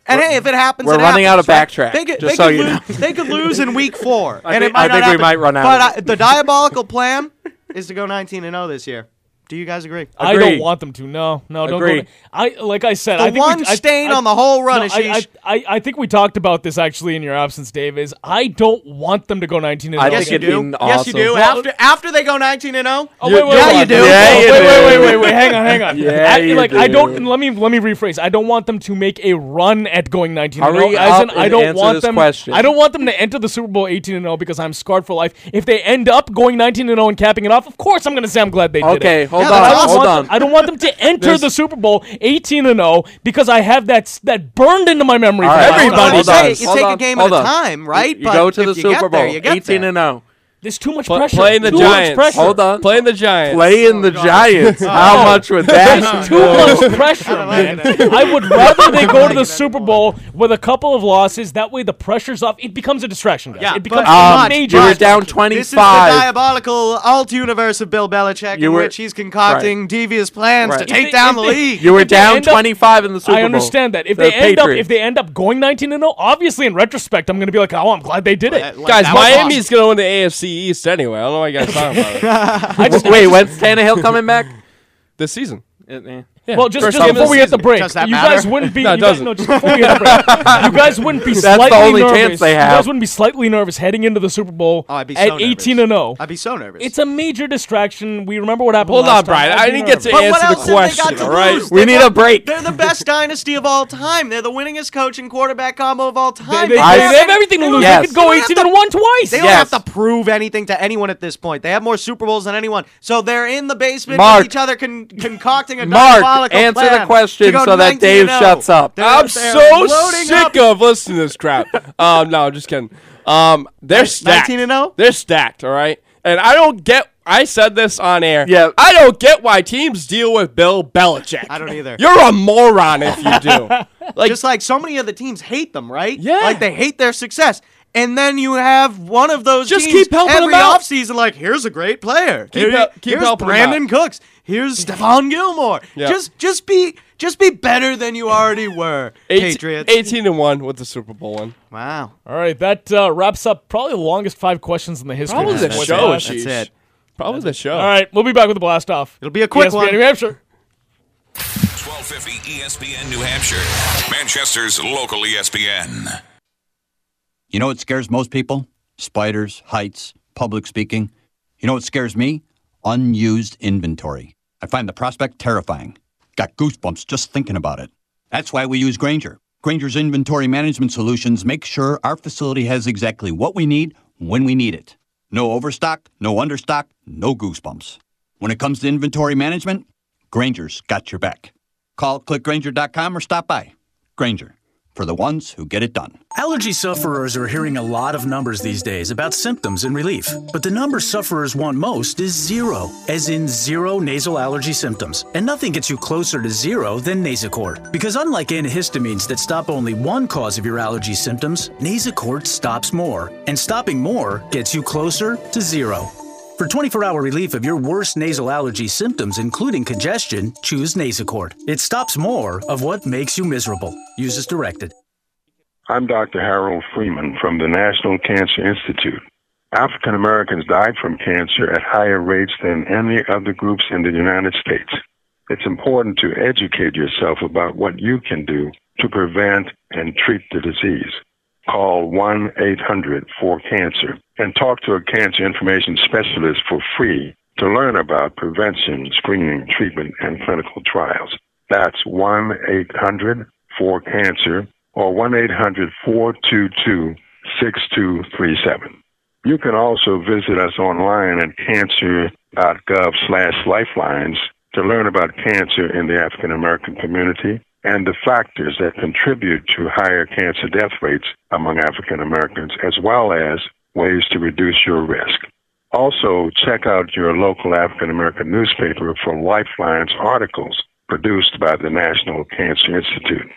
D: And hey, if it happens,
B: we're
D: it
B: running
D: happens,
B: out of
D: right?
B: backtrack,
D: They could,
B: just
D: they
B: so
D: could
B: you
D: lose,
B: know.
D: they could
B: <laughs>
D: lose in week four,
B: I
D: and
B: think-
D: it might
B: I
D: not
B: think we
D: happen.
B: might run out
D: But
B: of
D: I, the diabolical plan is to go 19 and 0 this year. Do you guys agree?
A: I don't want them to. No, no, don't. Go
D: Agree.
A: to, I like I said.
D: The
A: I think
D: one
A: we, I-
D: stain
A: I-
D: on the whole run is
A: I,
D: sheesh.
A: I, I, I think we talked about this actually in your absence, Dave. Is I don't want them to go 19 and
B: I
A: 0
B: think
A: again.
B: it'd be
D: Yes, you
B: awesome.
D: do.
A: Well-
D: after after they go 19 and 0,
A: Oh, wait, wait,
D: yeah,
A: wait,
D: you do.
A: Oh,
D: Yeah,
A: wait,
D: you
A: wait,
D: do.
A: wait, wait, wait. Hang on, hang on.
B: <laughs> Yeah,
A: I,
B: you
A: like I
B: do.
A: don't. and Let me let me rephrase. I don't want them to make a run at going 19 and 0.
B: Hurry
A: As
B: up
A: in, I
B: and
A: don't
B: answer
A: want
B: this
A: them.
B: question.
A: I don't want them to enter the Super Bowl 18 and 0 because I'm scarred for life. If they end up going 19 and 0 and capping it off, of course I'm going to say I'm glad they did it.
B: Okay, hold
A: But I
B: on,
A: don't
B: hold
A: want
B: on.
A: them- I don't want them to enter
B: There's-
A: the Super Bowl 18 and 0 because I have that s- that burned into my memory.
B: All
A: for
B: right,
A: life.
B: hold on,
D: Everybody
B: hold on,
D: does. You
B: hold
D: take a
B: on,
D: game
B: hold
D: at a
B: on.
D: time, right?
B: You, you
D: But
B: go to
D: if
B: the
D: you
B: Super
D: get
B: Bowl,
D: there, you get
B: eighteen
D: there.
B: and oh. zero.
A: There's too much
C: Pl-
A: pressure.
C: Playing the
A: too
C: Giants.
A: Much pressure.
C: Hold on. Playing the Giants.
B: Playing
A: Oh, <laughs>
B: the Giants. <laughs> How much would that
A: There's too much pressure, man. I would rather they go to the Super Bowl with a couple of losses. That way, the pressure's off. It becomes a distraction, guys.
D: Yeah,
A: it
B: Um,
A: becomes
D: but
A: a
D: not
A: major.
D: much. This is the
A: diabolical.
D: diabolical alt universe of Bill Belichick,
A: You
D: in
A: were-
D: which he's concocting devious plans
A: Right.
D: to
A: If
D: take
A: they-
D: down
A: if
D: the
A: they-
D: league.
B: You were
A: If they
B: down
A: end up-
B: 25 in the Super
A: I
B: Bowl.
A: understand that. If
B: The
A: they end up,
B: Patriots.
A: if they end up going 19 to 0, obviously in retrospect, I'm going to be like, oh, I'm glad they did it,
C: guys, Miami's gonna win the AFC East anyway. I don't know why you guys talking
B: <laughs>
C: about
A: I
C: it.
A: just- Wait, I just- when's
B: Tannehill coming back?
C: This season.
A: Yeah. Well, just,
C: First
A: just
C: game of
A: before
C: the
A: we hit the
C: season.
A: break, you
C: Does that
A: guys
C: matter?
A: wouldn't be.
C: No, it
A: you guys,
C: doesn't.
A: no, just before we hit the break, you guys wouldn't be
B: That's the
A: slightly
B: only
A: nervous.
B: chance they
A: You
B: have.
A: guys wouldn't be slightly nervous heading into the Super Bowl
D: oh, I'd be so
A: at
D: nervous.
A: 18 to 0.
D: I'd be so nervous.
A: It's a major distraction. We remember what happened.
C: Hold
A: last
C: on, Brian.
A: Time.
C: I
A: I'd be
C: didn't get to
A: nervous.
C: But what answer the else did they question, got to all right? lose?
B: We
D: They
B: need
D: got-
B: a break.
D: They're the best dynasty of all time. They're the winningest coach and quarterback combo of all time.
A: They, they-
D: I-
A: they have everything to
D: They
A: lose.
D: don't-
A: They could go
D: they don't
A: 18
D: have
A: and 1 twice.
D: They don't have to prove anything to anyone at this point. They have more Super Bowls than anyone. So they're in the basement
B: Mark.
D: with each other con- concocting a
B: Mark,
D: diabolical
B: answer
D: plan
B: the question
D: to go
B: so that
D: 19
B: Dave
D: and 0.
B: shuts up.
D: They're-
C: I'm
D: they're
C: so
D: loading
C: sick
D: up.
C: of listening to this crap.
D: <laughs>
C: um, no, just kidding. Um, they're stacked.
D: 19 and oh? 0?
C: They're stacked. All right, and I don't get. I said this on air.
B: Yeah.
C: I don't get why teams deal with Bill Belichick.
D: I don't either.
C: You're a moron if
D: <laughs>
C: you do. <laughs>
D: like just like so many of the teams hate them, right?
C: Yeah.
D: like they hate their success. And then you have one of those
C: Just
D: teams
C: keep helping
D: every
C: them out.
D: offseason, like here's a great player,
C: Keep hel- keep
D: here's
C: helping them
D: Brandon Cooks, here's Stephon Gilmore.
C: Yeah.
D: Just just be just be better than you already were,
C: 18,
D: Patriots.
C: 18 and one with the Super Bowl one.
D: Wow,
A: All right, that uh, wraps up probably the longest five questions in the history.
C: Probably
A: of
C: the
A: this podcast.
C: show.
D: That's
C: sheesh.
D: it.
C: Probably the show.
A: All right, we'll be back with the blast off. E
D: It'll be a quick
A: ESPN
D: one.
A: New Hampshire.
J: 1250 ESPN New Hampshire, Manchester's local E ESPN.
E: You know what scares most people? Spiders, heights, public speaking. You know what scares me? Unused inventory. I find the prospect terrifying. Got goosebumps just thinking about it. That's why we use Granger. Granger's inventory management solutions make sure our facility has exactly what we need when we need it. No overstock, no understock, no goosebumps. When it comes to inventory management, Granger's got your back. Call clickgranger.com or stop by. Granger, for the ones who get it done.
F: Allergy sufferers are hearing a lot of numbers these days about symptoms and relief, but the number sufferers want most is zero, as in zero nasal allergy symptoms. And nothing gets you closer to zero than Nasacort. Because unlike antihistamines that stop only one cause of your allergy symptoms, Nasacort stops more, and stopping more gets you closer to zero. For 24 hour relief of your worst nasal allergy symptoms, including congestion, choose Nasacort. It stops more of what makes you miserable. Use as directed.
M: I'm Dr. Harold Freeman from the National Cancer Institute. African Americans died from cancer at higher rates than any other groups in the United States. It's important to educate yourself about what you can do to prevent and treat the disease. Call 1 800 4 Cancer and talk to a cancer information specialist for free to learn about prevention, screening, treatment, and clinical trials. That's 1 800 4 Cancer or 1 800 422 6237. You can also visit us online at cancer.gov slash lifelines to learn about cancer in the African American community and the factors that contribute to higher cancer death rates among African Americans, as well as ways to reduce your risk. Also, check out your local African American newspaper for Lifelines articles produced by the National Cancer Institute.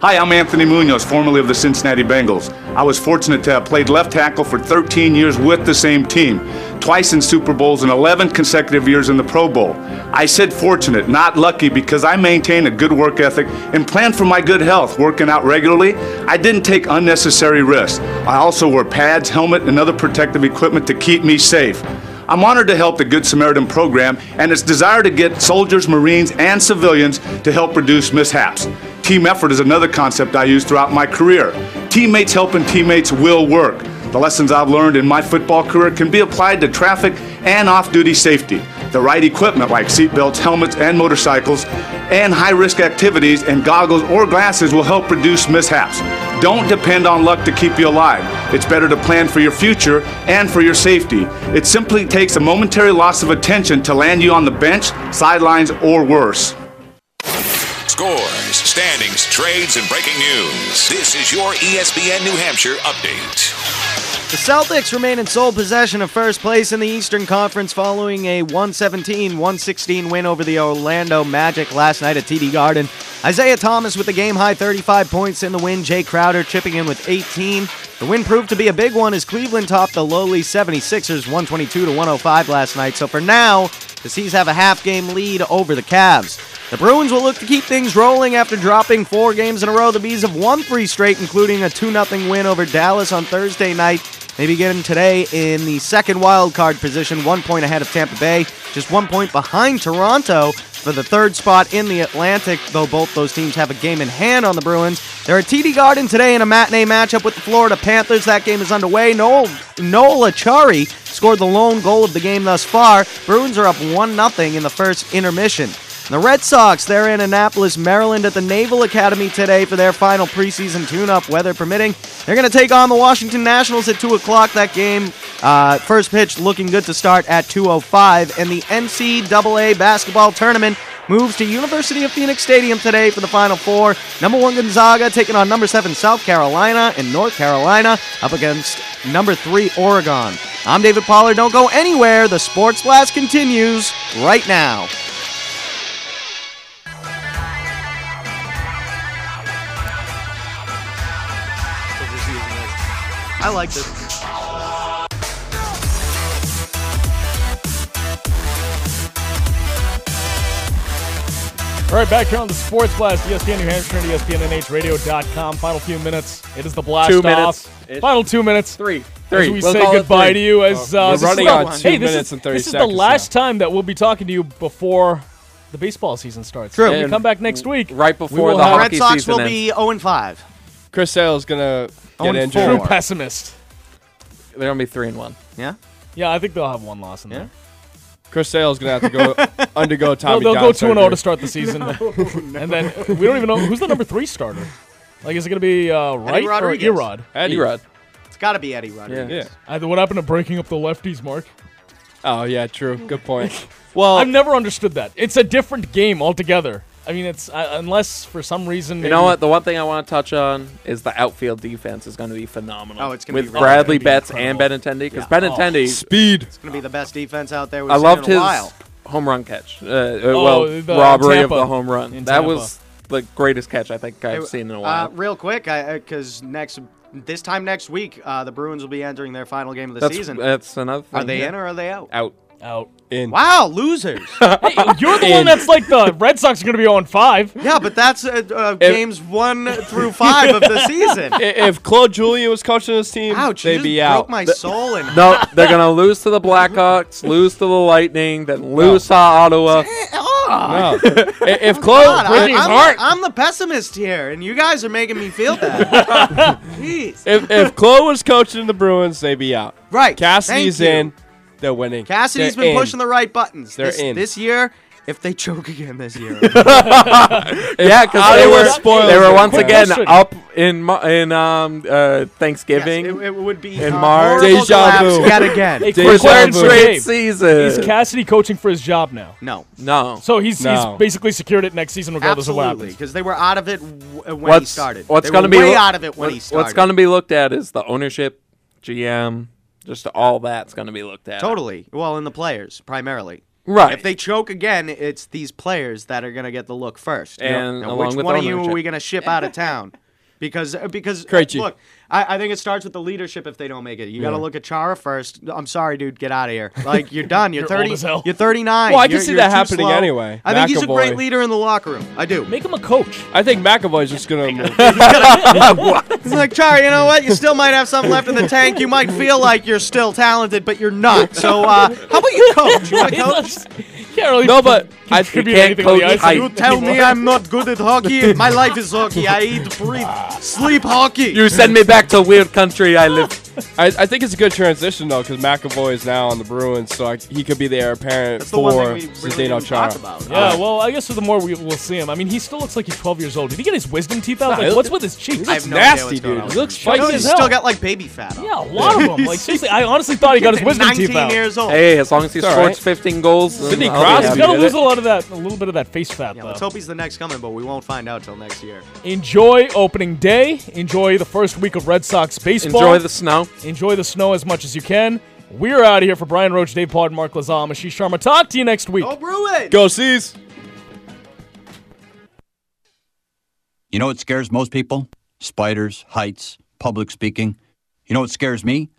O: Hi, I'm Anthony Munoz, formerly of the Cincinnati Bengals. I was fortunate to have played left tackle for 13 years with the same team, twice in Super Bowls and 11 consecutive years in the Pro Bowl. I said fortunate, not lucky, because I maintain a good work ethic and plan for my good health, working out regularly. I didn't take unnecessary risks. I also wore pads, helmet, and other protective equipment to keep me safe. I'm honored to help the Good Samaritan program and its desire to get soldiers, Marines, and civilians to help reduce mishaps. Team effort is another concept I use throughout my career. Teammates helping teammates will work. The lessons I've learned in my football career can be applied to traffic and off duty safety. The right equipment, like seatbelts, helmets, and motorcycles, and high risk activities and goggles or glasses, will help reduce mishaps. Don't depend on luck to keep you alive. It's better to plan for your future and for your safety. It simply takes a momentary loss of attention to land you on the bench, sidelines, or worse.
J: Scores, E standings, trades, and breaking news. This is your ESPN New Hampshire update.
D: The Celtics remain in sole possession of first place in the Eastern Conference following a 117 116 win over the Orlando Magic last night at TD Garden. Isaiah Thomas with a game high 35 points in the win, Jay Crowder chipping in with 18. The win proved to be a big one as Cleveland topped the lowly 76ers 122 to 105 last night. So for now, the Seas have a half game lead over the Cavs. The Bruins will look to keep things rolling after dropping four games in a row. The Bees have won three straight, including a 2 0 win over Dallas on Thursday night. They begin today in the second wild card position, one point ahead of Tampa Bay, just one point behind Toronto for the third spot in the Atlantic, though both those teams have a game in hand on the Bruins. They're at TD Garden today in a matinee matchup with the Florida Panthers. That game is underway. Noel, Noel Achari scored the lone goal of the game thus far. Bruins are up 1 0 in the first intermission. The Red Sox, they're in Annapolis, Maryland at the Naval Academy today for their final preseason tune up, weather permitting. They're going to take on the Washington Nationals at 2 o'clock. That game, uh, first pitch looking good to start at 2.05. And the NCAA basketball tournament moves to University of Phoenix Stadium today for the Final Four. Number one Gonzaga taking on number seven South Carolina and North Carolina up against number three Oregon. I'm David Pollard. Don't go anywhere. The Sports Blast continues right now. I like this.
A: All right, back here on the Sports Blast, E ESPN New Hampshire and ESPNNHradio.com. Final few minutes. It is the blast
B: Two
A: off.
B: minutes.
A: Final two minutes.
B: Three.
A: As
B: Three.
A: we
B: We'll
A: say
B: call it
A: goodbye
B: three.
A: to you, as
B: Oh.
A: uh,
B: We're
A: this is
B: running
A: the-
B: on two
A: hey, this
B: minutes
A: is,
B: and 30
A: This is the
B: seconds
A: last time that we'll be talking to you before the baseball season starts.
C: True.
A: When we
C: And
A: come back next week,
B: right
A: we will have-
D: Red Sox will be 0 5.
C: Chris Sale's gonna get injured.
A: True pessimist.
B: They're gonna be three and one.
D: Yeah.
A: Yeah, I think they'll have one loss in there.
C: Chris Sale's gonna have
A: <laughs>
C: to go undergo Tommy.
A: they'll, they'll go
C: John
A: two and zero
C: surgery.
A: to start
D: <laughs>
A: the
B: <laughs>
A: season, <laughs> and then we don't even know who's the number three starter. Like, is it going to be uh, Wright or
D: Rodriguez.
A: Erod?
C: Eddie. Erod.
D: It's got to be Eddie Rodriguez.
A: Either what happened to breaking up the lefties, Mark?
C: Oh yeah, true. Good point.
A: Well, I've never understood that. It's a different game altogether. I mean, it's uh, unless for some reason
B: You know what? The one thing I want to touch on is the outfield defense is going to be phenomenal.
D: Oh, it's gonna
B: with
D: be Oh, really-
B: Bradley
D: it's gonna
B: Betts and Benintendi because
A: Oh,
B: Benintendi.
C: speed.
D: It's going to be the best defense out there we've
B: I
D: seen
B: loved
D: in a
B: his
D: while.
B: home run catch. Uh, uh,
D: Oh,
B: well,
D: the-
B: robbery
D: Tampa.
B: of the home run.
D: In
B: that
D: Tampa.
B: was the greatest catch I think I've
D: Hey,
B: seen in a
D: Uh,
B: while.
D: real quick, because next this time next week, uh, the Bruins will be entering their final game of the
B: that's
D: season.
B: that's another.
D: Are
B: thing,
D: they
B: yeah.
D: in or are they out?
B: Out.
A: Out.
C: In.
D: Wow,
B: <laughs>
D: losers.
A: You're the one that's like the Red Sox are going to be on five.
D: Yeah, but that's uh, uh, games one through five
C: <laughs>
D: of
B: <laughs>
D: the season.
C: I- if Claude Julian was coaching this team,
D: Ouch, you
C: they'd
D: just
C: be
D: broke
C: out.
D: my soul in
B: no, they're gonna lose to the
D: <laughs>
B: Blackhawks, lose to the Lightning, then lose to Ottawa. <laughs>
C: No. I- if
D: God,
C: Claude,
D: I,
C: if,
D: am the pessimist here, and you guys are making me feel
B: <laughs>
D: that. Jeez.
C: if, if Claude was coaching the Bruins, they'd be out.
D: Right.
C: Cassidy's
D: Thank you.
C: in. They're winning.
D: Cassidy's
C: They're
D: been
C: in.
D: pushing the right buttons.
C: They're
D: this,
C: in.
D: this
B: <laughs>
D: year. If they choke again this year,
C: <laughs>
B: yeah, because they
C: Ottawa
B: were
C: spoils
B: they were
C: it,
B: once
C: yeah.
B: again
C: Question.
B: up in Mar- in um uh Thanksgiving.
D: it, it would be
B: in
D: a
B: March.
D: horrible collapse yet again.
A: Hey,
B: Deja
A: quick question
B: vu.
A: for
B: Straight
A: Dave.
B: season.
A: Is Cassidy coaching for his job now?
D: No.
B: No.
A: So he's
B: No.
A: he's basically secured it next season regardless of what
D: Absolutely,
A: happens.
D: because they were out of it w- when he
B: what's
D: started.
B: what's
D: They
B: gonna
D: were
B: be
D: way
B: loo-
D: out of it when
B: what-
D: he started.
B: What's gonna be looked at is the ownership, GM, just all that's gonna be looked at.
D: Totally. Well, in the players primarily.
B: Right.
D: If they choke again, it's these players that are going to get the look first.
B: And
D: Now,
B: along
D: which
B: with
D: one of you are
B: ownership.
D: we going to ship out of town? <laughs> Because uh, because uh,
C: Krejci.
D: look, I, I think it starts with the leadership. If they don't make it, you got to
C: Yeah.
D: look at Chara first. I'm sorry, dude, get out of here. Like you're done. You're,
A: <laughs> You're old
D: thirty.
A: as hell.
D: You're 39.
C: Well, I can
D: You're-
C: see
D: you're
C: that
D: too
C: happening
D: slow.
C: anyway.
D: I think he's a great
C: McAvoy.
D: leader in the locker room. I do.
A: Make him a coach.
C: I think McAvoy's
D: <laughs>
C: just gonna.
D: It's like, Char, you know what? You still might have something left in the tank. You might feel like you're still talented, but you're not. So, uh, how about you coach? You
A: <laughs>
D: want to coach?
A: Can't really
C: no, but I
A: contribute anything on the ice
D: You
A: anymore.
D: tell me I'm not good at hockey. My life is hockey. I eat, breathe, sleep hockey.
B: You send me back to weird country I live.
C: I, I think it's a good transition though, because McAvoy is now on the Bruins, so I, he could be the heir apparent
D: the one
C: for
D: thing we really
C: Zdeno
D: didn't talk
C: Chara.
D: about.
A: Yeah, well, I guess the more we will see him. I mean, he still looks like he's 12 years old. Did he get his wisdom teeth out?
C: Nah,
A: Like,
C: it-
A: what's with his cheeks?
D: I have no idea
C: nasty,
D: what's going
C: dude.
D: on
C: He
D: with
C: looks
D: him.
C: spiky
A: Dude,
C: as
D: He's
A: hell.
D: still got like baby fat on.
A: Yeah, a lot
D: <laughs>
A: of them. Like seriously, I honestly thought he got his wisdom teeth
D: 19
A: out.
D: years old.
B: Hey, as long as he
C: It's all
B: scores
C: right.
B: 15 goals,
A: uh,
B: then
C: Sidney
B: I'll be
C: Crosby
A: He's
B: happy.
A: gonna
C: did
A: lose
C: it.
A: a lot of that, a little bit of that face fat
D: Yeah,
A: though.
D: let's hope he's the next coming, but we won't find out till next year.
A: Enjoy opening day. Enjoy the first week of Red Sox baseball.
B: Enjoy the snow.
A: Enjoy the snow as much as you can. We're out of here for Brian Roach, Dave Pod, Mark Lazal, and Ashish Sharma. Talk to you next week. Go
D: Bruins!
C: Go Seas!
E: You know what scares most people? Spiders, heights, public speaking. You know what scares me?